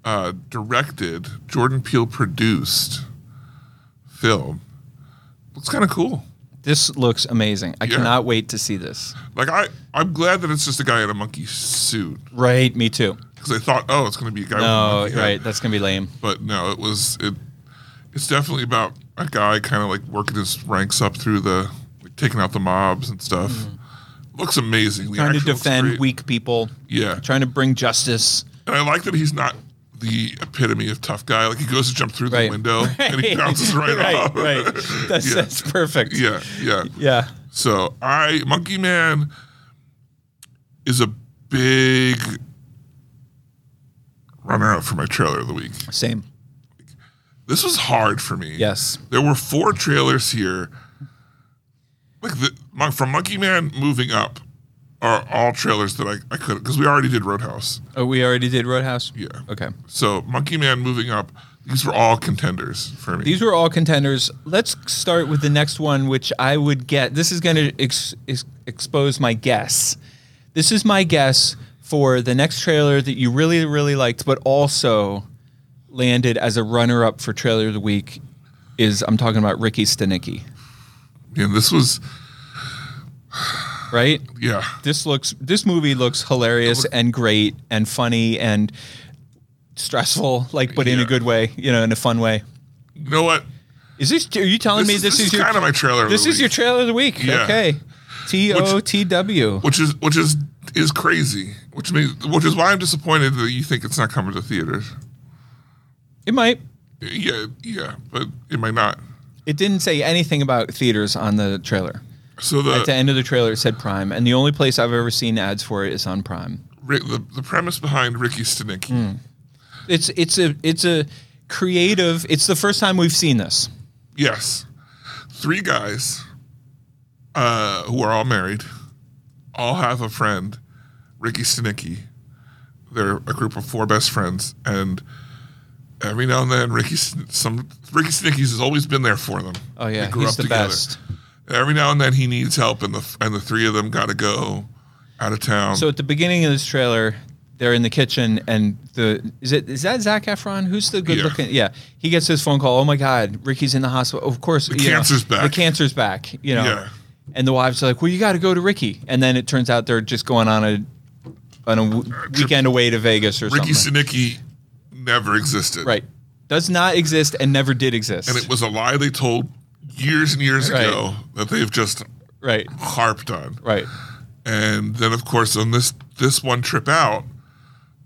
Speaker 2: uh, directed, Jordan Peele produced film. Looks kind of cool.
Speaker 3: This looks amazing. I
Speaker 2: Yeah.
Speaker 3: cannot wait to see this.
Speaker 2: Like I, I'm glad that it's just a guy in a monkey suit
Speaker 3: Right, me too.
Speaker 2: because I thought, oh, it's going to be a guy.
Speaker 3: No,
Speaker 2: with a monkey head.
Speaker 3: right, that's going to be lame.
Speaker 2: but no, it was it. It's definitely about a guy kind of like working his ranks up through the like taking out the mobs and stuff. Looks amazing. The
Speaker 3: Mm-hmm. Trying to
Speaker 2: action looks
Speaker 3: defend
Speaker 2: great.
Speaker 3: weak people.
Speaker 2: Yeah.
Speaker 3: Trying to bring justice.
Speaker 2: And I like that he's not the epitome of tough guy. Like he goes to jump through
Speaker 3: Right.
Speaker 2: the window
Speaker 3: [LAUGHS]
Speaker 2: and he bounces right,
Speaker 3: right,
Speaker 2: off. [LAUGHS]
Speaker 3: Right. That's,
Speaker 2: Yeah.
Speaker 3: that's perfect.
Speaker 2: yeah, yeah.
Speaker 3: Yeah.
Speaker 2: So I Monkey Man is a big runner up for my trailer of the week.
Speaker 3: Same.
Speaker 2: This was hard for me.
Speaker 3: Yes.
Speaker 2: There were four trailers here. Like the mon- from Monkey Man moving up are all trailers that I, I could because we already did Roadhouse.
Speaker 3: Oh, we already did Roadhouse?
Speaker 2: Yeah.
Speaker 3: Okay.
Speaker 2: So Monkey Man moving up, these were all contenders for me.
Speaker 3: These were all contenders. Let's start with the next one, which I would get. This is going to ex- ex- expose my guess. This is my guess for the next trailer that you really, really liked, but also landed as a runner up for trailer of the week. Is I'm talking about Ricky Stenicki,
Speaker 2: and this was
Speaker 3: right?
Speaker 2: yeah.
Speaker 3: this looks this movie looks hilarious and great and funny and stressful like but in a
Speaker 2: Yeah.
Speaker 3: good way you know in a fun way
Speaker 2: You know what?
Speaker 3: is this are you telling
Speaker 2: This
Speaker 3: me
Speaker 2: is-
Speaker 3: this,
Speaker 2: this
Speaker 3: is,
Speaker 2: is
Speaker 3: your
Speaker 2: kinda my trailer of
Speaker 3: this
Speaker 2: the
Speaker 3: is your
Speaker 2: week.
Speaker 3: trailer of the week
Speaker 2: Yeah.
Speaker 3: okay t-o-t-w
Speaker 2: Which is which is is crazy. Which means which is why I'm disappointed that you think it's not coming to theaters.
Speaker 3: it might
Speaker 2: Yeah, yeah, but it might not.
Speaker 3: it didn't say anything about theaters on the trailer
Speaker 2: So the
Speaker 3: at the end of the trailer it said prime and the only place i've ever seen ads for it is on prime
Speaker 2: Rick, the, the premise behind Ricky Stenicki.
Speaker 3: it's it's a it's a creative it's the first time we've seen this
Speaker 2: Yes. Three guys uh, who are all married, all have a friend, Ricky Stenicki. They're a group of four best friends, and every now and then, Ricky Sn- some Ricky Stenicki's has always been there for them.
Speaker 3: oh
Speaker 2: They
Speaker 3: yeah
Speaker 2: grew
Speaker 3: he's
Speaker 2: up
Speaker 3: the
Speaker 2: together.
Speaker 3: best
Speaker 2: Every now and then, he needs help, and the and the three of them got to go out of town.
Speaker 3: So at the beginning of this trailer, they're in the kitchen, and the is it is that Zach Efron? Who's the good
Speaker 2: Yeah.
Speaker 3: looking? Yeah, he gets this phone call. Oh my God, Ricky's in the hospital. Of course, the
Speaker 2: cancer's back.
Speaker 3: The cancer's back. You know,
Speaker 2: Yeah.
Speaker 3: and the wives are like, "Well, you got to go to Ricky." And then it turns out they're just going on a on a w- weekend away to Vegas or
Speaker 2: Ricky
Speaker 3: something.
Speaker 2: Stenicki never existed.
Speaker 3: right, does not exist and never did exist.
Speaker 2: And it was a lie they told years and years
Speaker 3: Right.
Speaker 2: ago that they've just
Speaker 3: right,
Speaker 2: harped on.
Speaker 3: right,
Speaker 2: And then, of course, on this this one trip out,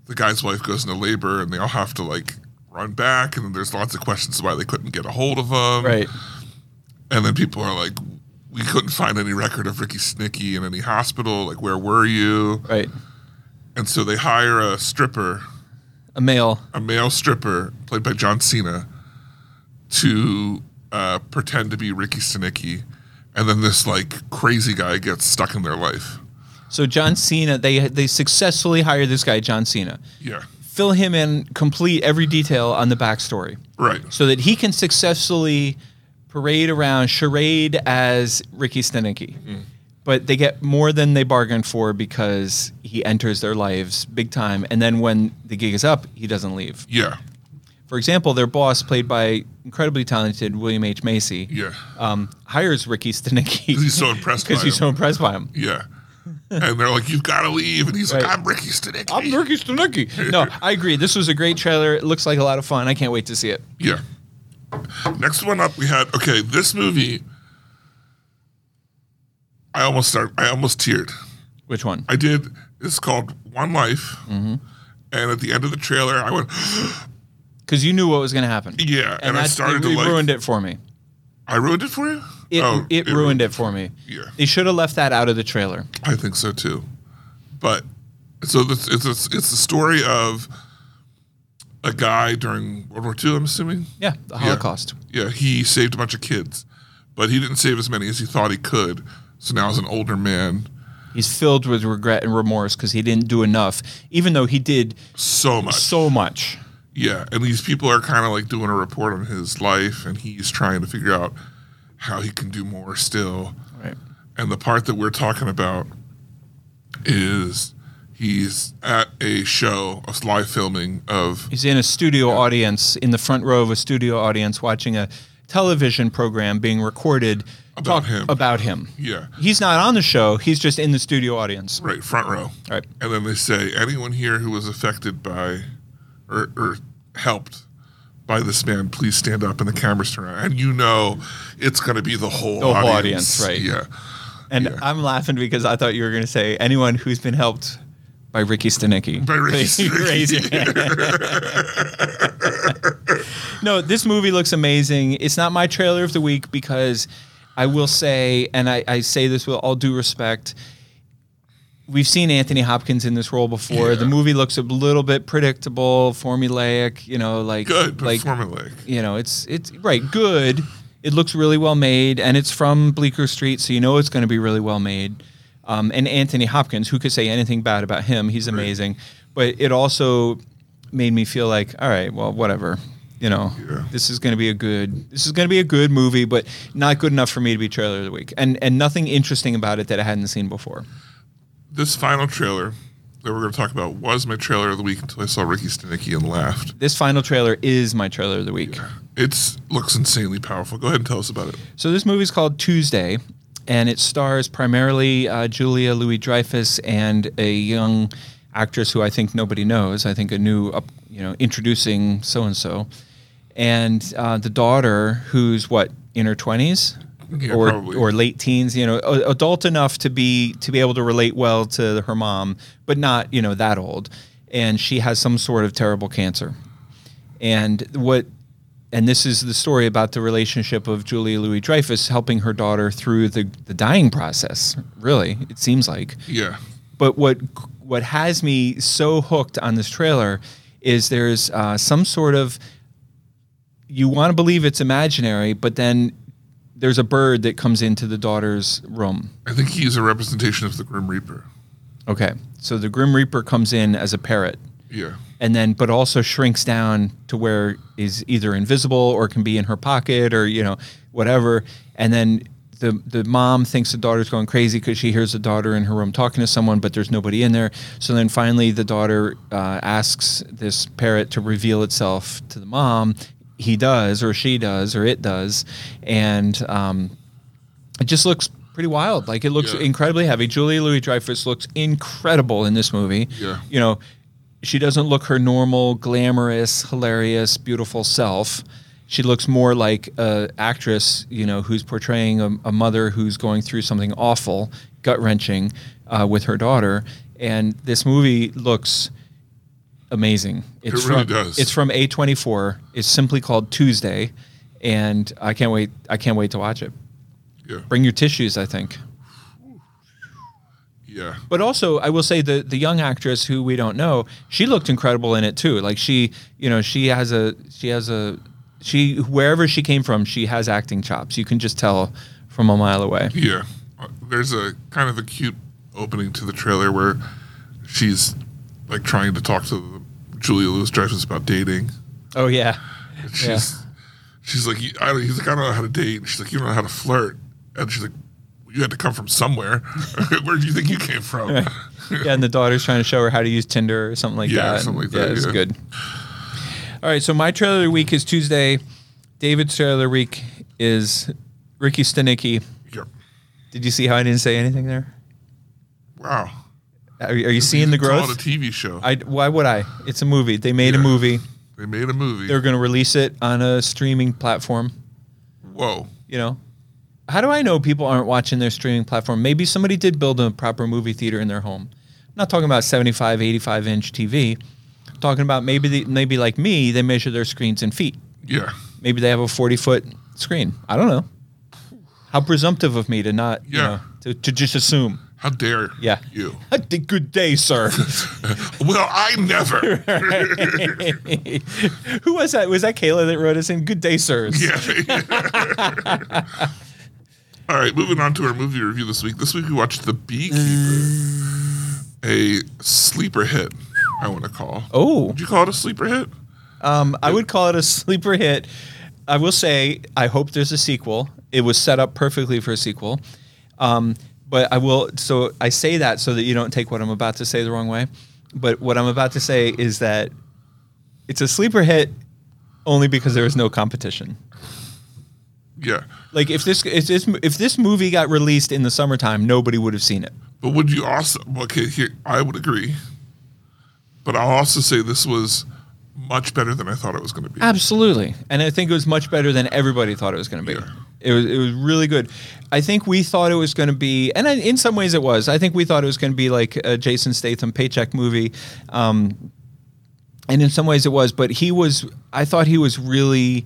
Speaker 2: the guy's wife goes into labor, and they all have to like run back. And then there's lots of questions why they couldn't get a hold of him.
Speaker 3: right.
Speaker 2: And then people are like, we couldn't find any record of Ricky Snicky in any hospital. Like, where were you?
Speaker 3: Right.
Speaker 2: And so they hire a stripper,
Speaker 3: A male.
Speaker 2: a male stripper played by John Cena, to uh, pretend to be Ricky Snicky. And then this like crazy guy gets stuck in their life.
Speaker 3: So John Cena, they they successfully hired this guy John Cena.
Speaker 2: Yeah.
Speaker 3: Fill him in complete every detail on the backstory
Speaker 2: Right.
Speaker 3: so that he can successfully parade around charade as Ricky Stenicki.
Speaker 2: Mm-hmm.
Speaker 3: But they get more than they bargained for because he enters their lives big time and then when the gig is up, he doesn't leave.
Speaker 2: Yeah.
Speaker 3: For example, their boss played by incredibly talented William H. Macy
Speaker 2: Yeah.
Speaker 3: um, hires Ricky Stenicki
Speaker 2: He's
Speaker 3: [LAUGHS]
Speaker 2: so impressed by
Speaker 3: because he's
Speaker 2: him.
Speaker 3: so impressed by him.
Speaker 2: Yeah. And they're like, you've got to leave. And he's like,
Speaker 3: Right.
Speaker 2: [LAUGHS] I'm Ricky Stenicki.
Speaker 3: I'm Ricky Stenicki. No, I agree. This was a great trailer. It looks like a lot of fun. I can't wait to see it.
Speaker 2: Yeah. Next one up, we had, okay, this movie, I almost start, I almost teared.
Speaker 3: Which one?
Speaker 2: I did, it's called One Life.
Speaker 3: Mm-hmm.
Speaker 2: And at the end of the trailer, I went, [GASPS]
Speaker 3: Because you knew what was going to happen.
Speaker 2: yeah. And, I
Speaker 3: that's-
Speaker 2: started
Speaker 3: it,
Speaker 2: to
Speaker 3: it
Speaker 2: like,
Speaker 3: ruined it for me.
Speaker 2: I ruined it for you?
Speaker 3: It,
Speaker 2: Oh,
Speaker 3: it, ruined it for me.
Speaker 2: Yeah.
Speaker 3: They should have left that out of the trailer.
Speaker 2: I think so too. But so this, it's, it's, it's the story of a guy during World War II, I'm assuming.
Speaker 3: Yeah, the Holocaust.
Speaker 2: Yeah, he saved a bunch of kids, but he didn't save as many as he thought he could. So now, as an older man,
Speaker 3: He's filled with regret and remorse because he didn't do enough, even though he did
Speaker 2: so much.
Speaker 3: so much.
Speaker 2: yeah, and these people are kind of like doing a report on his life, and he's trying to figure out how he can do more still.
Speaker 3: Right.
Speaker 2: And the part that we're talking about is he's at a show, a live filming of
Speaker 3: He's in a studio audience, in the front row of a studio audience, watching a television program being recorded
Speaker 2: About him.
Speaker 3: about him.
Speaker 2: yeah,
Speaker 3: He's not on the show. He's just in the studio audience.
Speaker 2: right front row.
Speaker 3: All right.
Speaker 2: And then they say anyone here who was affected by or, or helped by this man, please stand up. And the cameras turn on, and you know it's going to be the whole
Speaker 3: whole
Speaker 2: audience.
Speaker 3: audience, right.
Speaker 2: Yeah,
Speaker 3: And
Speaker 2: Yeah.
Speaker 3: I'm laughing because I thought you were going to say anyone who's been helped by Ricky Stenicki.
Speaker 2: By Ricky Stenicki.
Speaker 3: Raise your hand. [LAUGHS] no, this movie looks amazing. It's not my trailer of the week because I will say, and I, I say this with all due respect, we've seen Anthony Hopkins in this role before. The movie looks a little bit predictable, formulaic. You know, like
Speaker 2: good. But
Speaker 3: like
Speaker 2: formulaic.
Speaker 3: you know, it's it's right good. It looks really well made, and it's from Bleecker Street, so you know it's going to be really well made. Um, and Anthony Hopkins, who could say anything bad about him? He's amazing. But it also made me feel like, all right, well, whatever. You know,
Speaker 2: Yeah.
Speaker 3: this is going to be a good this is going to be a good movie, but not good enough for me to be trailer of the week, and and nothing interesting about it that I hadn't seen before.
Speaker 2: This final trailer that we're going to talk about was my trailer of the week until I saw Ricky Stenicki and laughed.
Speaker 3: This final trailer is my trailer of the week.
Speaker 2: It's looks insanely powerful. Go ahead and tell us about it.
Speaker 3: So this movie is called Tuesday, and it stars primarily uh, Julia Louis Dreyfus and a young actress who I think nobody knows. I think a new, up, you know, introducing so and so, and uh, the daughter who's what in her twenties.
Speaker 2: Yeah,
Speaker 3: or,
Speaker 2: probably.
Speaker 3: or late teens, you know, a- adult enough to be to be able to relate well to her mom, but not you know that old. And she has some sort of terrible cancer. And what and this is the story about the relationship of Julia Louis Dreyfus helping her daughter through the, the dying process, really, it seems like.
Speaker 2: Yeah,
Speaker 3: But what what has me so hooked on this trailer is there's uh, some sort of you want to believe it's imaginary, but then there's a bird that comes into the daughter's room.
Speaker 2: I think he's a representation of the Grim Reaper.
Speaker 3: Okay, so the Grim Reaper comes in as a parrot,
Speaker 2: Yeah,
Speaker 3: and then but also shrinks down to where is either invisible or can be in her pocket or you know whatever and then the the mom thinks the daughter's going crazy because she hears the daughter in her room talking to someone but there's nobody in there so then finally the daughter uh, asks this parrot to reveal itself to the mom he does or she does or it does and um, it just looks pretty wild. Like it looks
Speaker 2: Yeah.
Speaker 3: incredibly heavy. Julia Louis Dreyfus looks incredible in this movie.
Speaker 2: Yeah.
Speaker 3: You know, she doesn't look her normal, glamorous, hilarious, beautiful self. She looks more like a actress, you know, who's portraying a, a mother who's going through something awful, gut wrenching, uh, with her daughter. And this movie looks amazing. It's
Speaker 2: really
Speaker 3: from,
Speaker 2: does.
Speaker 3: It's from A24. It's simply called Tuesday, and I can't wait. I can't wait to watch it.
Speaker 2: Yeah.
Speaker 3: Bring your tissues, I think.
Speaker 2: Yeah.
Speaker 3: But also, I will say the the young actress who we don't know, she looked incredible in it too. Like she, you know, she has a she has a she wherever she came from, she has acting chops. You can just tell from a mile away.
Speaker 2: Yeah. Uh, There's a kind of a cute opening to the trailer where she's like trying to talk to Julia Louis Dreyfus about dating.
Speaker 3: Oh yeah,
Speaker 2: And she's she's like, "You- I don't, he's like, I don't know how to date. And she's like, you don't know how to flirt. And she's like, you had to come from somewhere. [LAUGHS] Where do you think you came from? [LAUGHS]
Speaker 3: yeah. And the daughter's trying to show her how to use Tinder or something like
Speaker 2: Yeah,
Speaker 3: that.
Speaker 2: something like
Speaker 3: Yeah,
Speaker 2: that,
Speaker 3: it's
Speaker 2: yeah.
Speaker 3: good. All right, so my trailer of the week is Tuesday. David's trailer of the week is Ricky Stenicki.
Speaker 2: Yep.
Speaker 3: Did you see how I didn't say anything there?
Speaker 2: Wow.
Speaker 3: Are, are you seeing the
Speaker 2: It's
Speaker 3: growth?
Speaker 2: called a TV show.
Speaker 3: I, why would I? It's a movie. They made a movie.
Speaker 2: they made a movie.
Speaker 3: they're going to release it on a streaming platform.
Speaker 2: Whoa.
Speaker 3: You know, how do I know people aren't watching their streaming platform? Maybe somebody did build a proper movie theater in their home. I'm not talking about 75, 85 inch TV. I'm talking about maybe the, maybe like me, they measure their screens in feet.
Speaker 2: Yeah.
Speaker 3: Maybe they have a 40 foot screen. I don't know. How presumptive of me to not, you
Speaker 2: Yeah.
Speaker 3: know, to, to just assume.
Speaker 2: How dare
Speaker 3: Yeah.
Speaker 2: you?
Speaker 3: [LAUGHS] Good day, sir. [LAUGHS]
Speaker 2: Well, I never.
Speaker 3: Who was that? Was that Kayla that wrote us in? Good day, sirs.
Speaker 2: Yeah. [LAUGHS] All right, moving on to our movie review this week. This week we watched The Beekeeper, a sleeper hit, I want to call.
Speaker 3: Oh.
Speaker 2: Would you call it a sleeper hit?
Speaker 3: I would call it a [LAUGHS] sleeper hit. I will say, I hope there's a sequel. It was set up perfectly for a sequel. Um, but I will, so I say that so that you don't take what I'm about to say the wrong way. But what I'm about to say is that it's a sleeper hit only because there was no competition.
Speaker 2: Yeah.
Speaker 3: Like if this if this if this movie got released in the summertime, nobody would have seen it.
Speaker 2: But would you also, okay, here, I would agree. But I'll also say this was much better than I thought it was going to be.
Speaker 3: Absolutely. And I think it was much better than everybody thought it was going to be. It was it was really good. I think we thought it was going to be, and I, in some ways it was. I think we thought it was going to be like a Jason Statham paycheck movie, um, and in some ways it was. But he was, I thought he was really.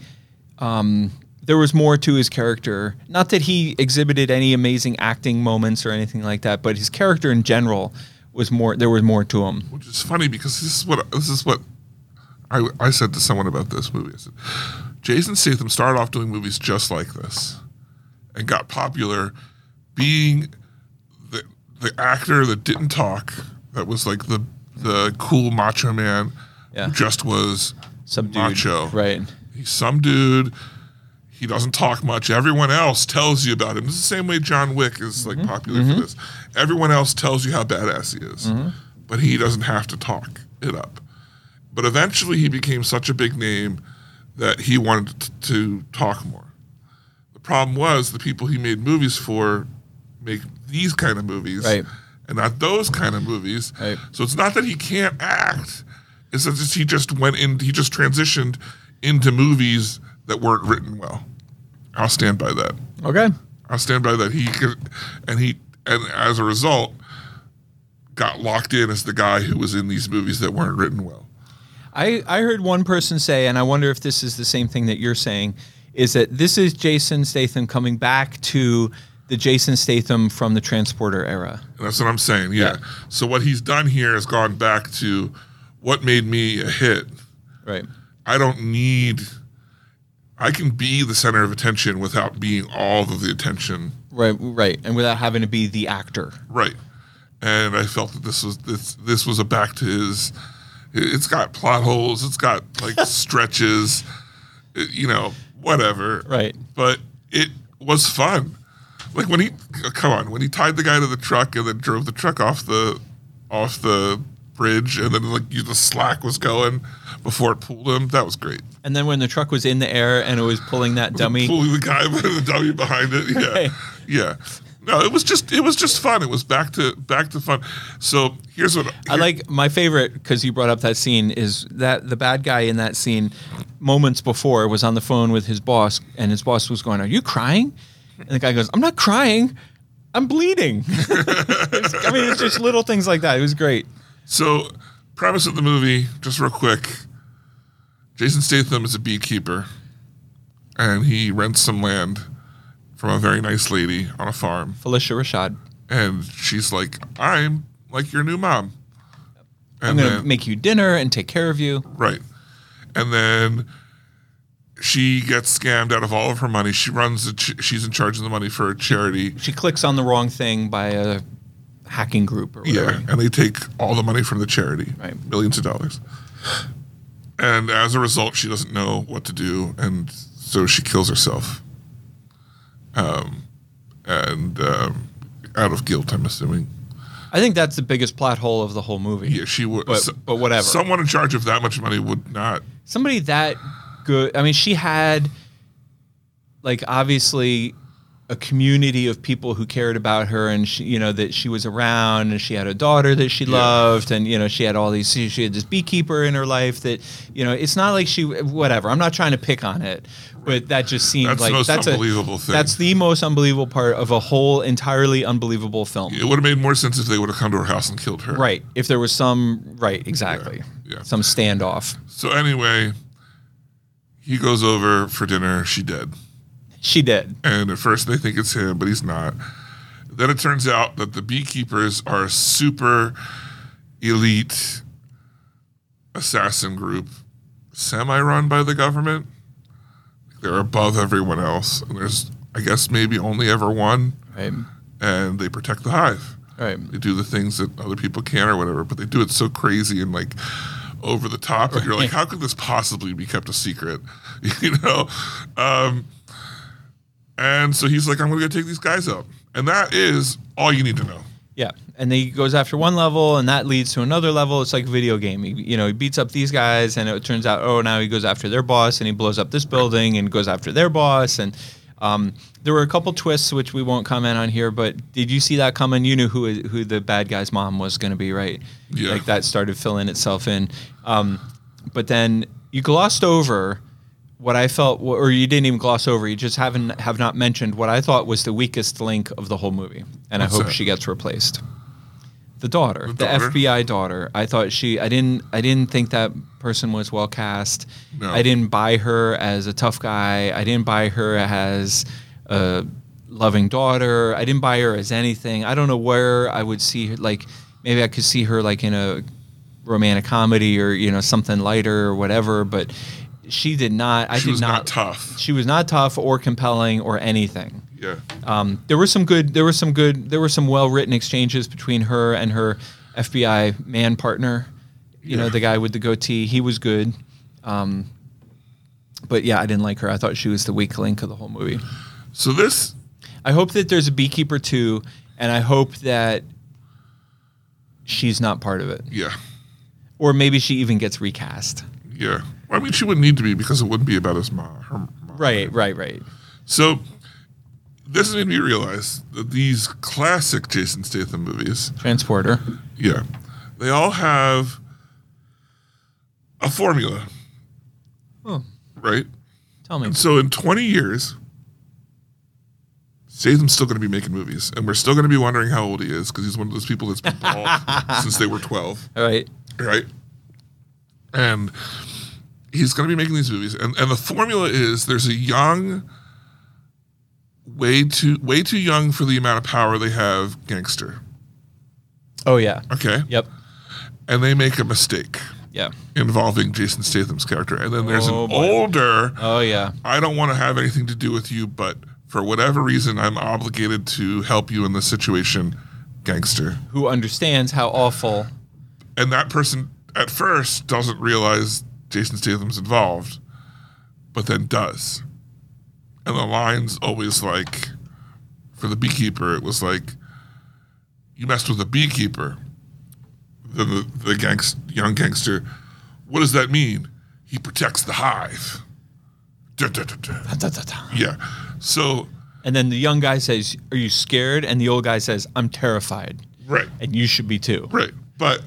Speaker 3: Um, there was more to his character. Not that he exhibited any amazing acting moments or anything like that, but his character in general was more. There was more to him.
Speaker 2: which is funny because this is what this is what I, I said to someone about this movie. I said, Jason Statham started off doing movies just like this, and got popular being the the actor that didn't talk, that was like the the cool macho man,
Speaker 3: Yeah.
Speaker 2: who just was
Speaker 3: Subdued,
Speaker 2: macho.
Speaker 3: right?
Speaker 2: He's some dude. He doesn't talk much. Everyone else tells you about him. It's the same way John Wick is like popular for this. Everyone else tells you how badass he is, but he doesn't have to talk it up. But eventually, he became such a big name that he wanted t- to talk more. The problem was the people he made movies for make these kind of movies
Speaker 3: Right.
Speaker 2: and not those kind of movies.
Speaker 3: Right.
Speaker 2: So it's not that he can't act. It's that just- he just went in. He just transitioned into movies that weren't written well. I'll stand by that.
Speaker 3: Okay.
Speaker 2: I'll stand by that. He could, and he, and as a result, got locked in as the guy who was in these movies that weren't written well.
Speaker 3: I, I heard one person say, and I wonder if this is the same thing that you're saying, is that this is Jason Statham coming back to the Jason Statham from the Transporter era.
Speaker 2: And that's what I'm saying. Yeah. So what he's done here has gone back to what made me a hit.
Speaker 3: Right.
Speaker 2: I don't need. I can be the center of attention without being all of the attention.
Speaker 3: Right, right. And without having to be the actor.
Speaker 2: Right. And I felt that this was this this was a back to his. It's got plot holes. It's got like stretches. it- you know, whatever.
Speaker 3: Right.
Speaker 2: But it was fun. Like when he come on when he tied the guy to the truck and then drove the truck off the off the bridge and then like you, the slack was going before it pulled him. That was great.
Speaker 3: And then when the truck was in the air and it was pulling that dummy.
Speaker 2: pulling the guy [LAUGHS] by the dummy behind it. Yeah,
Speaker 3: Right.
Speaker 2: yeah. No, it was just it was just fun. It was back to back to fun. So here's what
Speaker 3: I like my favorite because you brought up that scene is that the bad guy in that scene moments before was on the phone with his boss and his boss was going, Are you crying? And the guy goes, I'm not crying. I'm bleeding. [LAUGHS] I mean, it's just little things like that. It was great.
Speaker 2: So premise of the movie, just real quick. Jason Statham is a beekeeper, and he rents some land from a very nice lady on a farm,
Speaker 3: Felicia Rashad.
Speaker 2: and she's like, "I'm like your new mom."
Speaker 3: I'm
Speaker 2: And
Speaker 3: going to
Speaker 2: then-
Speaker 3: make you dinner and take care of you.
Speaker 2: Right. And then she gets scammed out of all of her money. She runs, the ch- she's in charge of the money for a
Speaker 3: [LAUGHS]
Speaker 2: charity.
Speaker 3: She clicks on the wrong thing by a hacking group or whatever.
Speaker 2: Yeah. And they take all the money from the charity,
Speaker 3: Right.
Speaker 2: millions of dollars. And as a result, she doesn't know what to do. And so she kills herself. Um, and um, out of guilt, I'm assuming.
Speaker 3: I think that's the biggest plot hole of the whole movie.
Speaker 2: Yeah, she would.
Speaker 3: But- but whatever.
Speaker 2: Someone in charge of that much money would not.
Speaker 3: somebody that good i mean she had like obviously a community of people who cared about her and she, you know that she was around and she had a daughter that she loved and you know she had all these she, she had this beekeeper in her life that you know it's not like she whatever i'm not trying to pick on it but that just seemed
Speaker 2: That's the
Speaker 3: like
Speaker 2: most
Speaker 3: that's a-
Speaker 2: unbelievable thing.
Speaker 3: that's the most unbelievable part of a whole entirely unbelievable film
Speaker 2: It would have made more sense if they would have come to her house and killed her.
Speaker 3: right if there was some right exactly
Speaker 2: Yeah, yeah.
Speaker 3: some standoff
Speaker 2: So anyway, he goes over for dinner. She dead.
Speaker 3: she did
Speaker 2: And at first they think it's him, but he's not. Then it turns out that the beekeepers are a super elite assassin group, semi run by the government. They're above everyone else. And there's, I guess, maybe only ever one.
Speaker 3: right
Speaker 2: And they protect the hive.
Speaker 3: right
Speaker 2: They do the things that other people can or whatever, but they do it so crazy and like over the top that you're like, how could this possibly be kept a secret? [LAUGHS] You know? Um, and so he's like, I'm going to go take these guys out. And that is all you need to know.
Speaker 3: Yeah, and then he goes after one level, and that leads to another level. It's like a video game. He, you know, he beats up these guys, and it turns out, oh, now he goes after their boss, and he blows up this building, and goes after their boss, and um, there were a couple twists which we won't comment on here. But did you see that coming? You knew who who the bad guy's mom was going to be, right?
Speaker 2: Yeah.
Speaker 3: like that started filling itself in. Um, but then you glossed over what I felt, or you didn't even gloss over. You just haven't have not mentioned what I thought was the weakest link of the whole movie, and I
Speaker 2: What's
Speaker 3: hope
Speaker 2: that?
Speaker 3: she gets replaced. The daughter, the,
Speaker 2: daughter?
Speaker 3: FBI daughter. I thought she. I didn't. I didn't think that person was well cast.
Speaker 2: No.
Speaker 3: I didn't buy her as a tough guy. I didn't buy her as a loving daughter. I didn't buy her as anything. I don't know where I would see her. Like maybe I could see her like in a romantic comedy or you know something lighter or whatever. But she did not. I
Speaker 2: She
Speaker 3: did
Speaker 2: was not
Speaker 3: not.
Speaker 2: tough.
Speaker 3: She was not tough or compelling or anything.
Speaker 2: Yeah.
Speaker 3: Um, there were some good. There were some good. There were some well-written exchanges between her and her FBI man partner. You know, the guy with the goatee. He was good. Um, but yeah, I didn't like her. I thought she was the weak link of the whole movie.
Speaker 2: So this,
Speaker 3: I hope that there's a beekeeper too, and I hope that she's not part of it,
Speaker 2: yeah.
Speaker 3: or maybe she even gets recast.
Speaker 2: Yeah. I mean, she wouldn't need to be because it wouldn't be about his mom. Her mom.
Speaker 3: Right, right, right.
Speaker 2: So this made me realize that these classic Jason Statham movies
Speaker 3: Transporter.
Speaker 2: Yeah. They all have a formula.
Speaker 3: Oh.
Speaker 2: Right?
Speaker 3: Tell me.
Speaker 2: So in 20 years, Statham's still going to be making movies, and we're still going to be wondering how old he is because he's one of those people that's been bald since they were 12,
Speaker 3: All right.
Speaker 2: right? And he's going to be making these movies, and and the formula is there's a young, way too way too young for the amount of power they have gangster.
Speaker 3: Oh yeah.
Speaker 2: Okay,
Speaker 3: Yep.
Speaker 2: and they make a mistake.
Speaker 3: Yeah.
Speaker 2: involving Jason Statham's character. And then there's
Speaker 3: Oh,
Speaker 2: an
Speaker 3: boy.
Speaker 2: older,
Speaker 3: Oh yeah.
Speaker 2: I don't want to have anything to do with you, but for whatever reason, I'm obligated to help you in this situation, gangster.
Speaker 3: Who understands how awful
Speaker 2: And that person at first doesn't realize Jason Statham's involved, but then does. And the line's always like, for the beekeeper, it was like, you messed with the beekeeper. Then the, the gangst, young gangster, what does that mean? He protects the hive. Dun, dun, dun, dun. Yeah. So,
Speaker 3: And then the young guy says, Are you scared? And the old guy says, I'm terrified.
Speaker 2: right.
Speaker 3: And you should be too.
Speaker 2: Right. But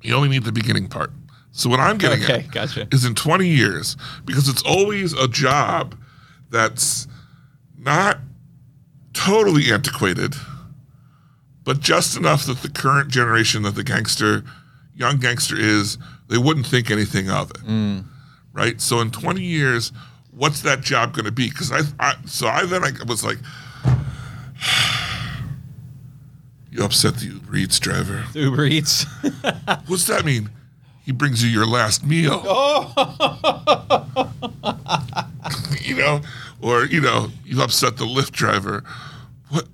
Speaker 2: you only need the beginning part. So what I'm getting
Speaker 3: Okay,
Speaker 2: at
Speaker 3: gotcha.
Speaker 2: is in 20 years, because it's always a job that's not totally antiquated, but just enough that the current generation that the gangster, young
Speaker 3: Mm.
Speaker 2: gangster is, they wouldn't think anything of it. Right? So in 20 years, what's that job going to be? Because I, I, so I then I was like, [SIGHS] you upset the Uber Eats driver.
Speaker 3: Uber Eats. [LAUGHS]
Speaker 2: What's that mean? He brings you your last meal. you know, or you know, you upset the Lyft driver. What?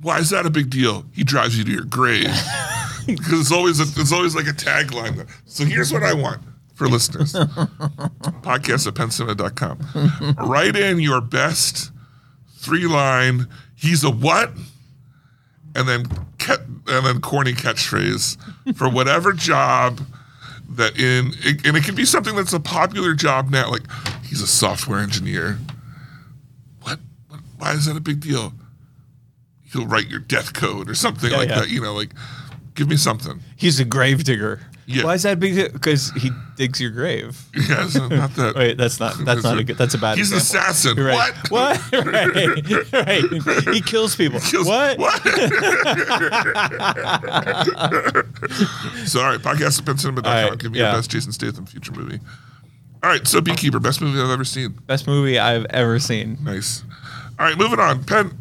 Speaker 2: Why is that a big deal? He drives you to your grave. [LAUGHS] Because it's always a, it's always like a tagline. So here's what I want for listeners: podcast at pencinema.com. Write in your best three line. He's a what? and then ca- and then corny catchphrase for whatever job that in it, and it can be something that's a popular job now like he's a software engineer what, what why is that a big deal he'll write your death code or something like
Speaker 3: yeah.
Speaker 2: that you know like give me something [LAUGHS]
Speaker 3: He's a grave digger.
Speaker 2: Yeah.
Speaker 3: Why is that big? Because he digs your grave.
Speaker 2: yeah so not that
Speaker 3: Wait, that's not. That's not a good. That's a bad.
Speaker 2: he's an
Speaker 3: example.
Speaker 2: assassin
Speaker 3: You're right.
Speaker 2: what
Speaker 3: [LAUGHS] What? right. Right. He kills people.
Speaker 2: Kills-
Speaker 3: what? [LAUGHS]
Speaker 2: Sorry, podcast at pencinema.com.
Speaker 3: All right,
Speaker 2: Give me
Speaker 3: yeah.
Speaker 2: your best Jason Statham future movie. All right, so Beekeeper, best movie I've ever seen.
Speaker 3: Best movie I've ever seen.
Speaker 2: Nice. All right, moving on. Pen,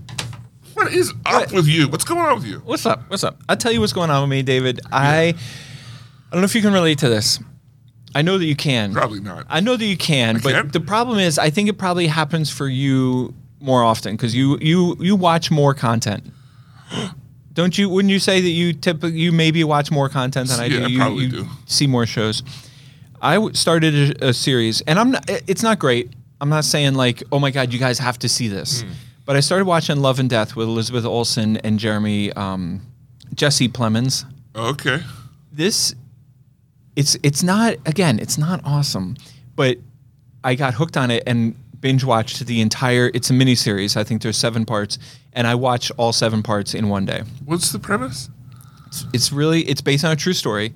Speaker 2: what is up with you? What's going on with you?
Speaker 3: What's up? What's up? I'll tell you what's going on with me, David. I I don't know if you can relate to this. I know that you can.
Speaker 2: Probably not.
Speaker 3: I know that you can, but
Speaker 2: can.
Speaker 3: the problem is, I think it probably happens for you more often because you you you watch
Speaker 2: [GASPS]
Speaker 3: more content. Don't you? Wouldn't you say that you typically you maybe watch more content than I
Speaker 2: Yeah,
Speaker 3: do?
Speaker 2: I
Speaker 3: You,
Speaker 2: probably
Speaker 3: you
Speaker 2: do.
Speaker 3: see more shows. I w- started a, a series, and I'm not. it- It's not great. I'm not saying like, oh my god, you guys have to see this.
Speaker 2: Hmm.
Speaker 3: But I started watching Love and Death with Elizabeth Olsen and Jeremy um, Jesse Plemons
Speaker 2: okay.
Speaker 3: this it's it's not again it's not awesome but i got hooked on it and binge watched the entire it's a mini series i think there's seven parts and i watched all seven parts in one day
Speaker 2: What's the premise?
Speaker 3: it's, it's really it's based on a true
Speaker 2: Mm.
Speaker 3: story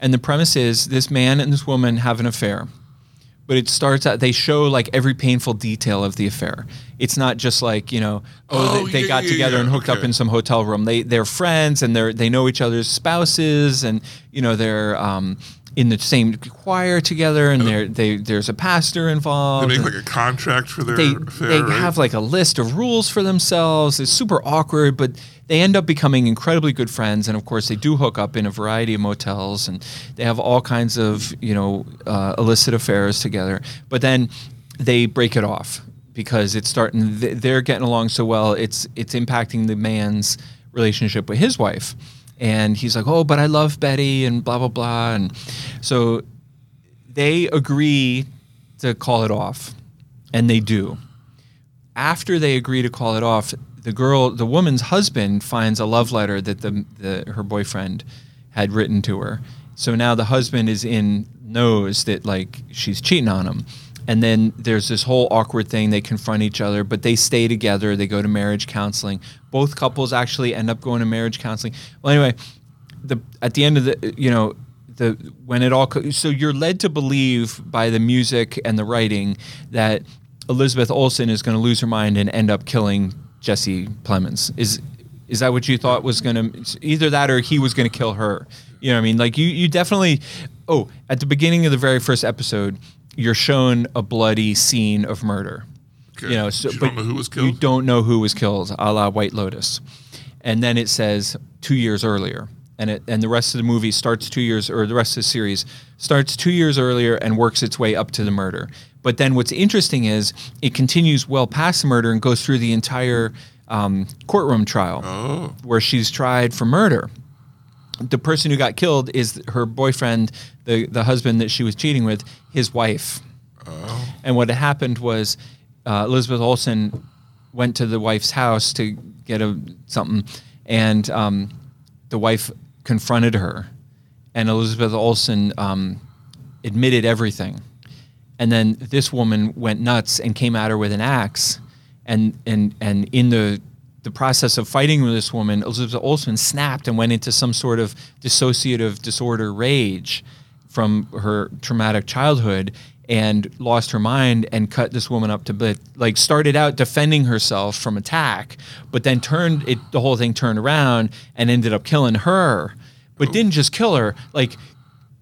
Speaker 3: and the premise is this man and this woman have an affair but it starts out they show like every painful detail of the affair it's not just like you know oh,
Speaker 2: Oh,
Speaker 3: they, they
Speaker 2: yeah,
Speaker 3: got
Speaker 2: yeah,
Speaker 3: together
Speaker 2: yeah,
Speaker 3: and hooked up
Speaker 2: okay.
Speaker 3: in some hotel room they they're friends and they're they know each other's spouses and you know they're um in the same choir together and they're they there's a pastor
Speaker 2: Oh. They
Speaker 3: involved
Speaker 2: make
Speaker 3: and-
Speaker 2: like a contract for their
Speaker 3: Oh, they
Speaker 2: affair.
Speaker 3: they
Speaker 2: right?
Speaker 3: have like a list of rules for themselves. It's super awkward, but they end up becoming incredibly good friends. And of course, they do hook up in a variety of motels, and they have all kinds of you know uh, illicit affairs together. But then they break it off because it's starting. th- They're getting along so well. It's it's impacting the man's relationship with his wife, and he's like, oh, but I love Betty, and blah blah blah, and so they agree to call it off and they do after they agree to call it off the girl the woman's husband finds a love letter that the, the her boyfriend had written to her so now the husband is in knows that like she's cheating on him and then there's this whole awkward thing they confront each other but they stay together they go to marriage counseling both couples actually end up going to marriage counseling well anyway the at the end of the you know the when it all co- so you're led to believe by the music and the writing that Elizabeth Olsen is going to lose her mind and end up killing Jesse Plemons is is that what you thought was going to either that or he was going to kill her you know what I mean like you you definitely oh at the beginning of the very first episode you're shown a bloody scene of murder
Speaker 2: Okay.
Speaker 3: you know so
Speaker 2: You
Speaker 3: but
Speaker 2: don't know who was
Speaker 3: you
Speaker 2: killed?
Speaker 3: don't know who was killed, a la White Lotus. And then it says two years earlier. And it and the rest of the movie starts two years or the rest of the series starts two years earlier and works its way up to the murder. But then what's interesting is it continues well past the murder and goes through the entire um, courtroom trial
Speaker 2: Oh.
Speaker 3: where she's tried for murder. The person who got killed is her boyfriend, the, the husband that she was cheating with, his wife. And what had happened was uh, Elizabeth Olsen went to the wife's house to get a something, and um, the wife confronted her, and Elizabeth Olsen um, admitted everything, and then this woman went nuts and came at her with an axe, and and and in the the process of fighting with this woman, Elizabeth Olsen snapped and went into some sort of dissociative disorder rage from her traumatic childhood and lost her mind and cut this woman up to bit like started out defending herself from attack but then turned it the whole thing turned around and ended up killing her but didn't just kill her like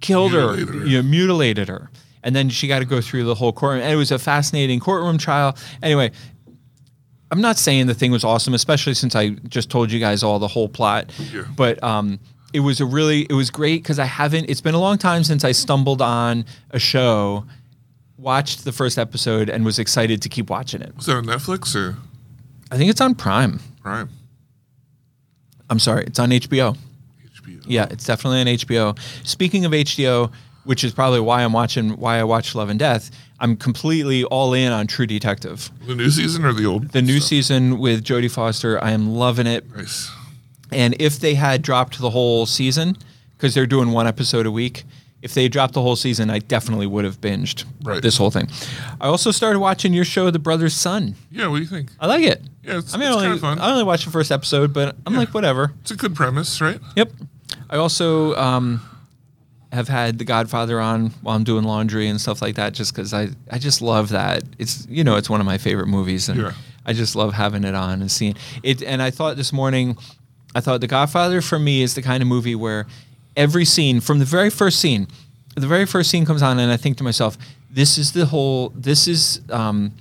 Speaker 3: killed
Speaker 2: Mutilated
Speaker 3: her
Speaker 2: her.
Speaker 3: you know, mutilated her And then she got to go through the whole courtroom. And it was a fascinating courtroom trial. Anyway, I'm not saying the thing was awesome, especially since I just told you guys all the whole plot.
Speaker 2: Yeah.
Speaker 3: But um, it was a really, it was great because I haven't. It's been a long time since I stumbled on a show, watched the first episode, and was excited to keep watching it.
Speaker 2: Was that on Netflix or
Speaker 3: I think it's on Prime.
Speaker 2: Prime?
Speaker 3: I'm sorry, it's on HBO.
Speaker 2: HBO.
Speaker 3: Yeah, it's definitely on HBO. Speaking of HBO, which is probably why I'm watching, why I watch Love and Death, I'm completely all in on True Detective.
Speaker 2: The new season or the old?
Speaker 3: The new season with Jodie Foster, I am loving it.
Speaker 2: Nice.
Speaker 3: And if they had dropped the whole season, because they're doing one episode a week, if they dropped the whole season, I definitely would have binged
Speaker 2: Right.
Speaker 3: this whole thing. I also started watching your show, The Brother's Son.
Speaker 2: Yeah, what do you think?
Speaker 3: I like it.
Speaker 2: Yeah, it's-
Speaker 3: I mean,
Speaker 2: it's
Speaker 3: I
Speaker 2: kinda
Speaker 3: only,
Speaker 2: fun.
Speaker 3: I only watched the first episode, but I'm like, whatever.
Speaker 2: It's a good premise, right?
Speaker 3: Yep. I also um, have had The Godfather on while I'm doing laundry and stuff like that, just because I, I just love that. It's you know it's one of my favorite movies, and
Speaker 2: Yeah.
Speaker 3: I just love having it on and seeing it. And I thought this morning, I thought The Godfather for me is the kind of movie where every scene from the very first scene, the very first scene comes on, and I think to myself, this is the whole. This is um,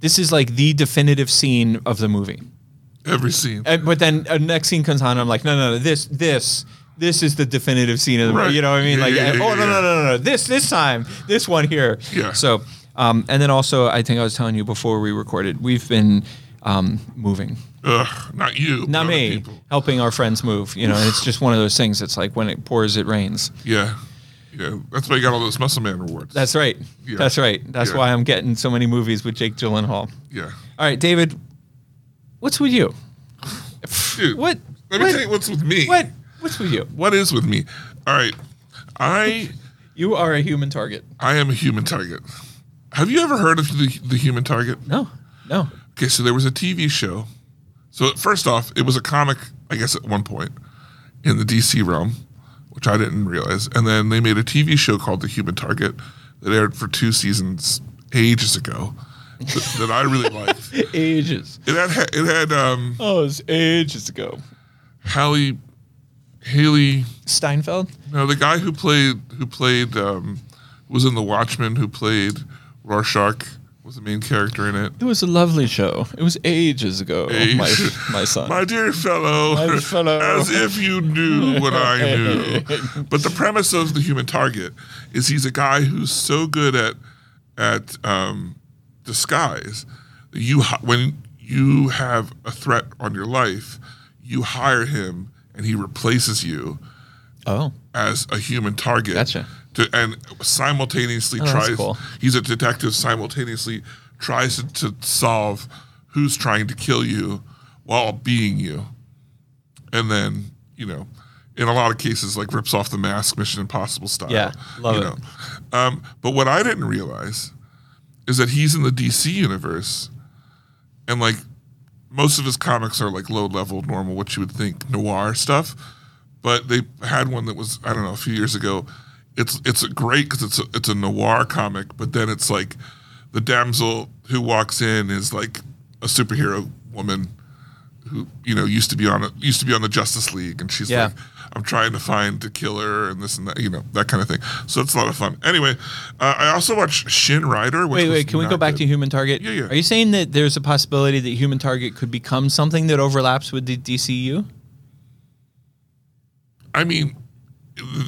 Speaker 3: this is like the definitive scene of the movie.
Speaker 2: Every scene.
Speaker 3: And, Uh, but then a next scene comes on, and I'm like, no, no, no, this, this, this is the definitive scene of the
Speaker 2: Right.
Speaker 3: You know what I mean?
Speaker 2: Yeah,
Speaker 3: like,
Speaker 2: yeah, yeah, yeah.
Speaker 3: oh, no, no, no, no, no, this, this time, this one here.
Speaker 2: Yeah.
Speaker 3: So, um, and then also, I think I was telling you before we recorded, we've been um, moving.
Speaker 2: Ugh, not you.
Speaker 3: Not
Speaker 2: but other
Speaker 3: me,
Speaker 2: people.
Speaker 3: helping our friends move. You know, and it's just one of those things. It's like when it pours, it rains.
Speaker 2: Yeah. Yeah. That's why you got all those muscle man rewards.
Speaker 3: That's right.
Speaker 2: Yeah.
Speaker 3: That's right. That's
Speaker 2: Yeah.
Speaker 3: why I'm getting so many movies with Jake Gyllenhaal.
Speaker 2: yeah.
Speaker 3: All right, David, what's with you?
Speaker 2: Dude.
Speaker 3: What?
Speaker 2: Let me
Speaker 3: what-
Speaker 2: tell you what's with me.
Speaker 3: What? What's with you?
Speaker 2: What is with me? All right. I
Speaker 3: You are a human target.
Speaker 2: I am a human target. Have you ever heard of the, the human target?
Speaker 3: No, no.
Speaker 2: Okay, so there was a TV show. So first off, it was a comic, I guess, at one point in the DC realm, which I didn't realize. And then they made a TV show called The Human Target that aired for two seasons ages ago that, that I really liked. It
Speaker 3: Ages.
Speaker 2: had it had um,
Speaker 3: Oh, it's ages ago.
Speaker 2: Hallie, Haley.
Speaker 3: Steinfeld?
Speaker 2: No, the guy who played who played um, was in The Watchmen, who played Rorschach, was the main character in it.
Speaker 3: It was a lovely show. It was ages ago, my, my
Speaker 2: [LAUGHS]
Speaker 3: son.
Speaker 2: My dear fellow,
Speaker 3: My
Speaker 2: [LAUGHS]
Speaker 3: fellow.
Speaker 2: as if you knew what I
Speaker 3: [LAUGHS]
Speaker 2: knew. But the premise of the human target is he's a guy who's so good at at um, disguise. You hi- when you have a threat on your life, you hire him and he replaces you
Speaker 3: oh,
Speaker 2: as a human target.
Speaker 3: Gotcha. Oh,
Speaker 2: To, and simultaneously
Speaker 3: that's
Speaker 2: tries.
Speaker 3: cool.
Speaker 2: He's a detective. Simultaneously tries to, to solve who's trying to kill you while being you. And then you know, in a lot of cases, like rips off the mask, Mission Impossible style.
Speaker 3: Yeah, love
Speaker 2: you
Speaker 3: it.
Speaker 2: Know. Um, but what I didn't realize is that he's in the DC universe, and like most of his comics are like low level, normal, what you would think noir stuff. But they had one that was I don't know a few years ago. It's it's great because it's a, it's a noir comic, but then it's like the damsel who walks in is like a superhero woman who you know used to be on a, used to be on the Justice League, and she's
Speaker 3: Yeah.
Speaker 2: like, I'm trying to find the killer and this and that, you know that kind of thing. So it's a lot of fun. Anyway, uh, I also watch Shin Rider. Which
Speaker 3: wait,
Speaker 2: was
Speaker 3: wait. Can we
Speaker 2: not
Speaker 3: go back
Speaker 2: good.
Speaker 3: to Human Target?
Speaker 2: Yeah, yeah.
Speaker 3: Are you saying that there's a possibility that Human Target could become something that overlaps with the DCU?
Speaker 2: I mean,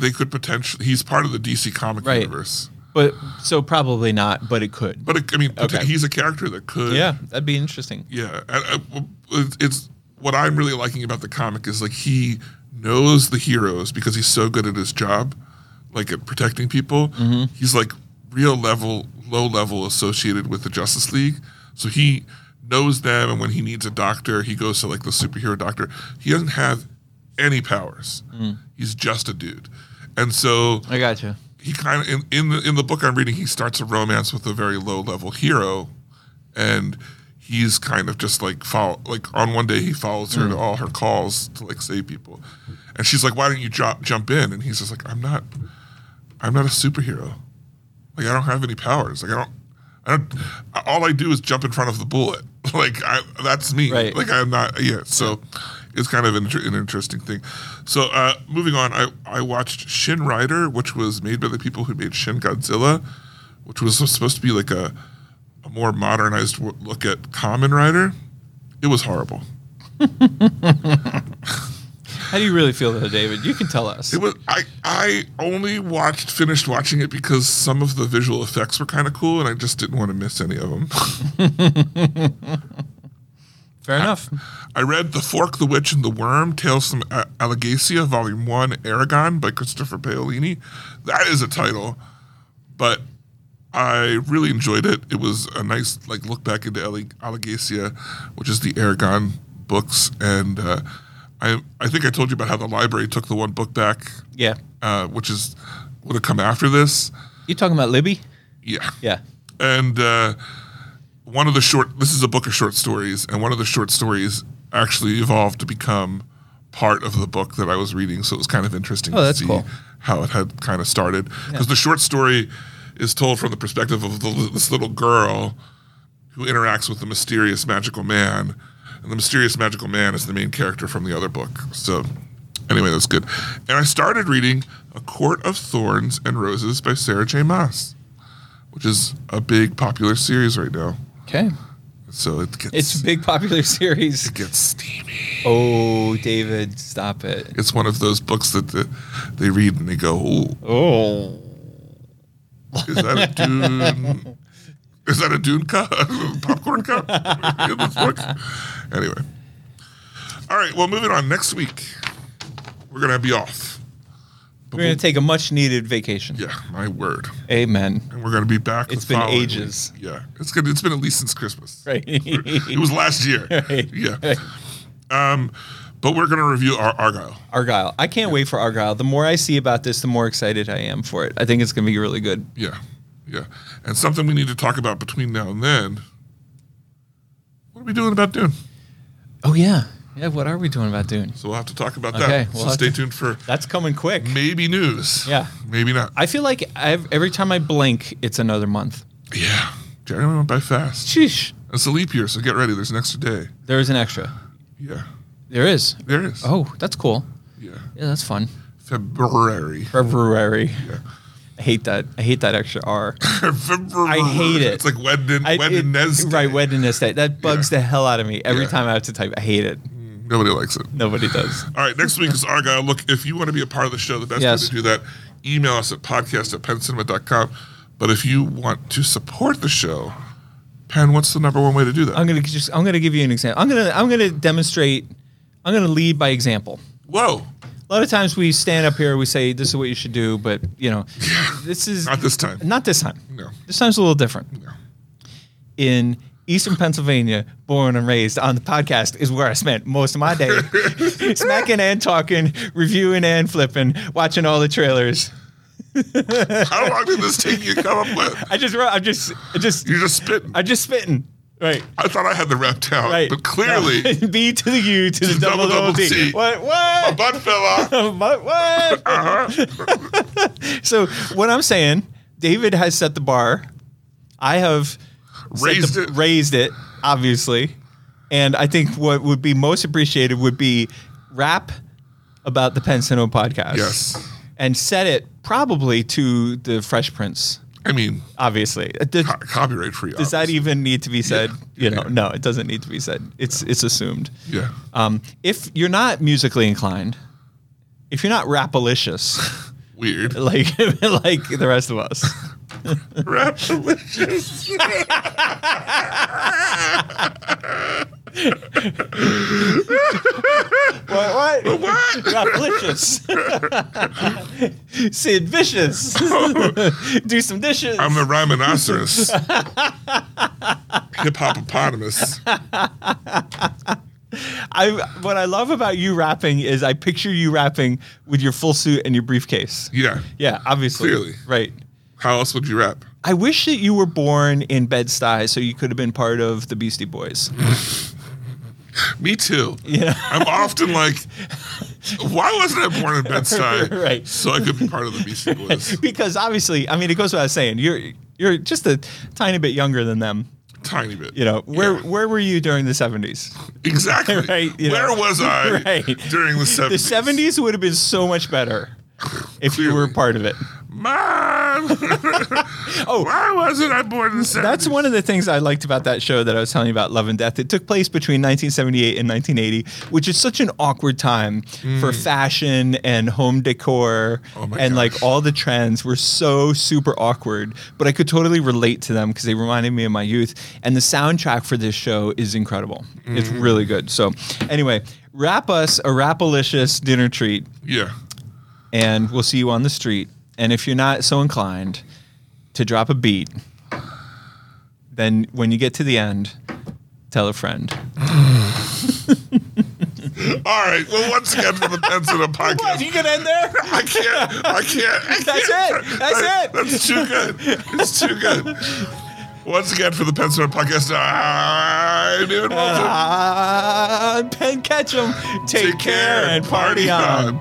Speaker 2: they could potentially. He's part of the DC comic
Speaker 3: Right.
Speaker 2: universe,
Speaker 3: But so probably not. But it could.
Speaker 2: but it, I mean, pot-
Speaker 3: Okay.
Speaker 2: he's a character that could.
Speaker 3: yeah, that'd be interesting.
Speaker 2: yeah. And, uh, it- It's what I'm really liking about the comic is like he knows the heroes because he's so good at his job, like at protecting people.
Speaker 3: Mm-hmm.
Speaker 2: He's like real level, low level associated with the Justice League, so he knows them. And when he needs a doctor, he goes to like the superhero doctor. He doesn't have any powers.
Speaker 3: Mm.
Speaker 2: He's just a dude. And so
Speaker 3: I gotcha.
Speaker 2: he kind of in, in the in the book I'm reading, he starts a romance with a very low level hero, and he's kind of just like follow like on one day he follows her to all her calls to like save people, and she's like, "Why don't you drop, jump in?" And he's just like, "I'm not, I'm not a superhero. Like I don't have any powers. Like I don't." I don't, all I do is jump in front of the bullet. [LAUGHS] Like I, that's me.
Speaker 3: Right.
Speaker 2: Like I'm not. Yeah. So it's kind of an, inter- an interesting thing. So uh, moving on, I I watched Shin Rider, which was made by the people who made Shin Godzilla, which was supposed to be like a, a more modernized w- look at Common Rider. It was horrible.
Speaker 3: How do you really feel though, David? You can tell us.
Speaker 2: It was I I only watched finished watching it because some of the visual effects were kind of cool and I just didn't want to miss any of [LAUGHS] them.
Speaker 3: Fair enough.
Speaker 2: I read The Fork, the Witch, and the Worm, Tales from A- Allegacia, Volume 1, Aragon by Christopher Paolini. That is a title, but I really enjoyed it. It was a nice like look back into Alle- Allegacia, which is the Aragon books. And uh, I, I think I told you about how the library took the one book back,
Speaker 3: Yeah.
Speaker 2: uh, which is would have come after this.
Speaker 3: You talking about Libby?
Speaker 2: Yeah
Speaker 3: Yeah.
Speaker 2: and uh, one of the short this is a book of short stories and one of the short stories actually evolved to become part of the book that i was reading so it was kind of interesting
Speaker 3: Oh, that's
Speaker 2: to see
Speaker 3: cool.
Speaker 2: how it had kind of started because the short story is told from the perspective of the, this little girl who interacts with the mysterious magical man and the mysterious magical man is the main character from the other book so anyway that's good and i started reading a court of thorns and roses by sarah j maas which is a big popular series right now.
Speaker 3: Okay.
Speaker 2: So it gets
Speaker 3: It's a big popular [LAUGHS] series.
Speaker 2: it gets steamy.
Speaker 3: Oh, David, stop it.
Speaker 2: It's one of those books that the, they read and they go, "Oh,
Speaker 3: Oh.
Speaker 2: is that
Speaker 3: [LAUGHS]
Speaker 2: a Dune? is that a Dune cup? [LAUGHS] popcorn
Speaker 3: [LAUGHS]
Speaker 2: cup in this book?" Anyway, all right. Well, moving on. Next week, we're gonna be off. But
Speaker 3: We're going to take a much needed vacation.
Speaker 2: we'll- yeah, my word.
Speaker 3: Amen.
Speaker 2: And we're gonna be back.
Speaker 3: It's
Speaker 2: the
Speaker 3: been
Speaker 2: following
Speaker 3: ages.
Speaker 2: week. Yeah, it's good. It's been at least since Christmas.
Speaker 3: Right.
Speaker 2: [LAUGHS] It was last year.
Speaker 3: Right.
Speaker 2: Yeah. Um, but we're gonna review our Argyle.
Speaker 3: [LAUGHS] Argyle. I can't wait for Argyle. The more I see about this, the more excited I am for it. I think it's going to be really good.
Speaker 2: Yeah, yeah. And something we need to talk about between now and then. What are we doing about Dune?
Speaker 3: Oh, yeah. Yeah. What are we doing about Dune?
Speaker 2: So we'll have to talk about
Speaker 3: Okay,
Speaker 2: that.
Speaker 3: we'll
Speaker 2: so
Speaker 3: have
Speaker 2: stay
Speaker 3: to-
Speaker 2: tuned for
Speaker 3: That's coming quick.
Speaker 2: maybe news.
Speaker 3: Yeah.
Speaker 2: Maybe not.
Speaker 3: I feel like I've, every time I blink, it's another month.
Speaker 2: yeah. January went by fast.
Speaker 3: Sheesh.
Speaker 2: It's a leap year, so get ready. There's an extra day.
Speaker 3: There is an extra.
Speaker 2: Yeah.
Speaker 3: There is.
Speaker 2: There is.
Speaker 3: Oh, that's cool.
Speaker 2: Yeah.
Speaker 3: Yeah, that's fun. [LAUGHS]
Speaker 2: February.
Speaker 3: February. I hate that. I hate that extra R.
Speaker 2: February.
Speaker 3: I hate it.
Speaker 2: It's like Wednesday.
Speaker 3: I- it-
Speaker 2: Wednesday.
Speaker 3: Right, Wednesday. That bugs
Speaker 2: Yeah.
Speaker 3: the hell out of me every
Speaker 2: Yeah.
Speaker 3: time I have to type. I hate it.
Speaker 2: Nobody likes it.
Speaker 3: Nobody does.
Speaker 2: All right, next week is Argyle. Look, if you want to be a part of the show, the best
Speaker 3: Yes.
Speaker 2: way to do that, email us at podcast at pencinema.com. But if you want to support the show, Penn, what's the number one way to do that?
Speaker 3: I'm gonna just. I'm gonna give you an example. I'm gonna. I'm gonna demonstrate. I'm gonna lead by example.
Speaker 2: Whoa,
Speaker 3: A lot of times we stand up here, we say this is what you should do, but
Speaker 2: [LAUGHS]
Speaker 3: you know, this is
Speaker 2: not this time.
Speaker 3: Not this time.
Speaker 2: No.
Speaker 3: This time's a little different.
Speaker 2: No.
Speaker 3: In Eastern Pennsylvania, born and raised on the podcast is where I spent most of
Speaker 2: [LAUGHS]
Speaker 3: my day. [LAUGHS] Smacking and talking, reviewing and flipping, watching all the trailers.
Speaker 2: How long did this take you to come up with?
Speaker 3: [LAUGHS] I just wrote I'm just I just
Speaker 2: You're just spitting.
Speaker 3: I'm just spitting. Right.
Speaker 2: I thought I had the rep down,
Speaker 3: Right.
Speaker 2: but
Speaker 3: [LAUGHS]
Speaker 2: clearly,
Speaker 3: No. B to the U to the double double T. What
Speaker 2: my
Speaker 3: what?
Speaker 2: butt fell off.
Speaker 3: [LAUGHS] What what?
Speaker 2: Uh-huh.
Speaker 3: [LAUGHS] So what I'm saying, David has set the bar. I have set
Speaker 2: Raised
Speaker 3: the-
Speaker 2: it.
Speaker 3: Raised it, obviously. And I think what would be most appreciated would be rap about the Pensino podcast.
Speaker 2: Yes.
Speaker 3: And set it probably to the Fresh Prince,
Speaker 2: I mean,
Speaker 3: obviously. Uh, does-
Speaker 2: co- copyright free.
Speaker 3: does that
Speaker 2: obviously.
Speaker 3: even need to be said?
Speaker 2: Yeah.
Speaker 3: You know, no, it doesn't need to be said. It's it's assumed.
Speaker 2: Yeah.
Speaker 3: Um, if you're not musically inclined, if you're not rapalicious,
Speaker 2: Weird.
Speaker 3: like [LAUGHS] like the rest of us,
Speaker 2: [LAUGHS]
Speaker 3: [LAUGHS]
Speaker 2: Rap delicious.
Speaker 3: what what
Speaker 2: What? [LAUGHS]
Speaker 3: rapalicious, Sid vicious, do some dishes.
Speaker 2: I'm the rhinoceros. Hip hopopotamus.
Speaker 3: I what I love about you rapping is I picture you rapping with your full suit and your briefcase.
Speaker 2: Yeah.
Speaker 3: Yeah, obviously.
Speaker 2: Clearly.
Speaker 3: Right.
Speaker 2: How else would you rap?
Speaker 3: I wish that you were born in Bed Stuy so you could have been part of the Beastie Boys. [LAUGHS]
Speaker 2: Me too.
Speaker 3: Yeah.
Speaker 2: I'm often like, why wasn't I born in Bed-Stuy
Speaker 3: Right.
Speaker 2: so I could be part of the Beastie Boys?
Speaker 3: [LAUGHS] because obviously, I mean, it goes without saying, you're you're just a tiny bit younger than them.
Speaker 2: Tiny bit.
Speaker 3: You know, where
Speaker 2: Yeah.
Speaker 3: where were you during the seventies?
Speaker 2: exactly.
Speaker 3: [LAUGHS] Right, you
Speaker 2: Where
Speaker 3: know.
Speaker 2: was I
Speaker 3: [LAUGHS] Right.
Speaker 2: during the 70s?
Speaker 3: The seventies would have been so much better if you were
Speaker 2: Clearly.
Speaker 3: part of it.
Speaker 2: Mom!
Speaker 3: [LAUGHS] Oh,
Speaker 2: Why wasn't I born in the 70s?
Speaker 3: That's one of the things I liked about that show that I was telling you about, Love and Death. It took place between 1978 and 1980, which is such an awkward time for fashion and home
Speaker 2: Mm.
Speaker 3: decor,
Speaker 2: Oh my
Speaker 3: and
Speaker 2: gosh.
Speaker 3: like all the trends were so super awkward. But I could totally relate to them because they reminded me of my youth. And the soundtrack for this show is incredible. It's
Speaker 2: Mm.
Speaker 3: really good. So, anyway, wrap us a rapalicious dinner treat,
Speaker 2: Yeah.
Speaker 3: and we'll see you on the street. And if you're not so inclined to drop a beat, then when you get to the end, tell a friend.
Speaker 2: All right. Well, once again for the Pence in a podcast.
Speaker 3: can end there. [LAUGHS]
Speaker 2: I can't. I can't. I
Speaker 3: That's
Speaker 2: can't.
Speaker 3: it. That's it.
Speaker 2: That's too good. It's too good. Once again for the Pence in a podcast. I'm David Wilson.
Speaker 3: [LAUGHS] Ah, Penn Ketchum, Uh, take, care, and party, on.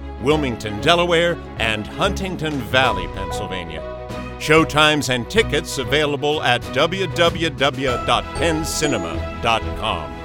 Speaker 1: Wilmington, Delaware, and Huntington Valley, Pennsylvania. Showtimes and tickets available at www.penncinema.com.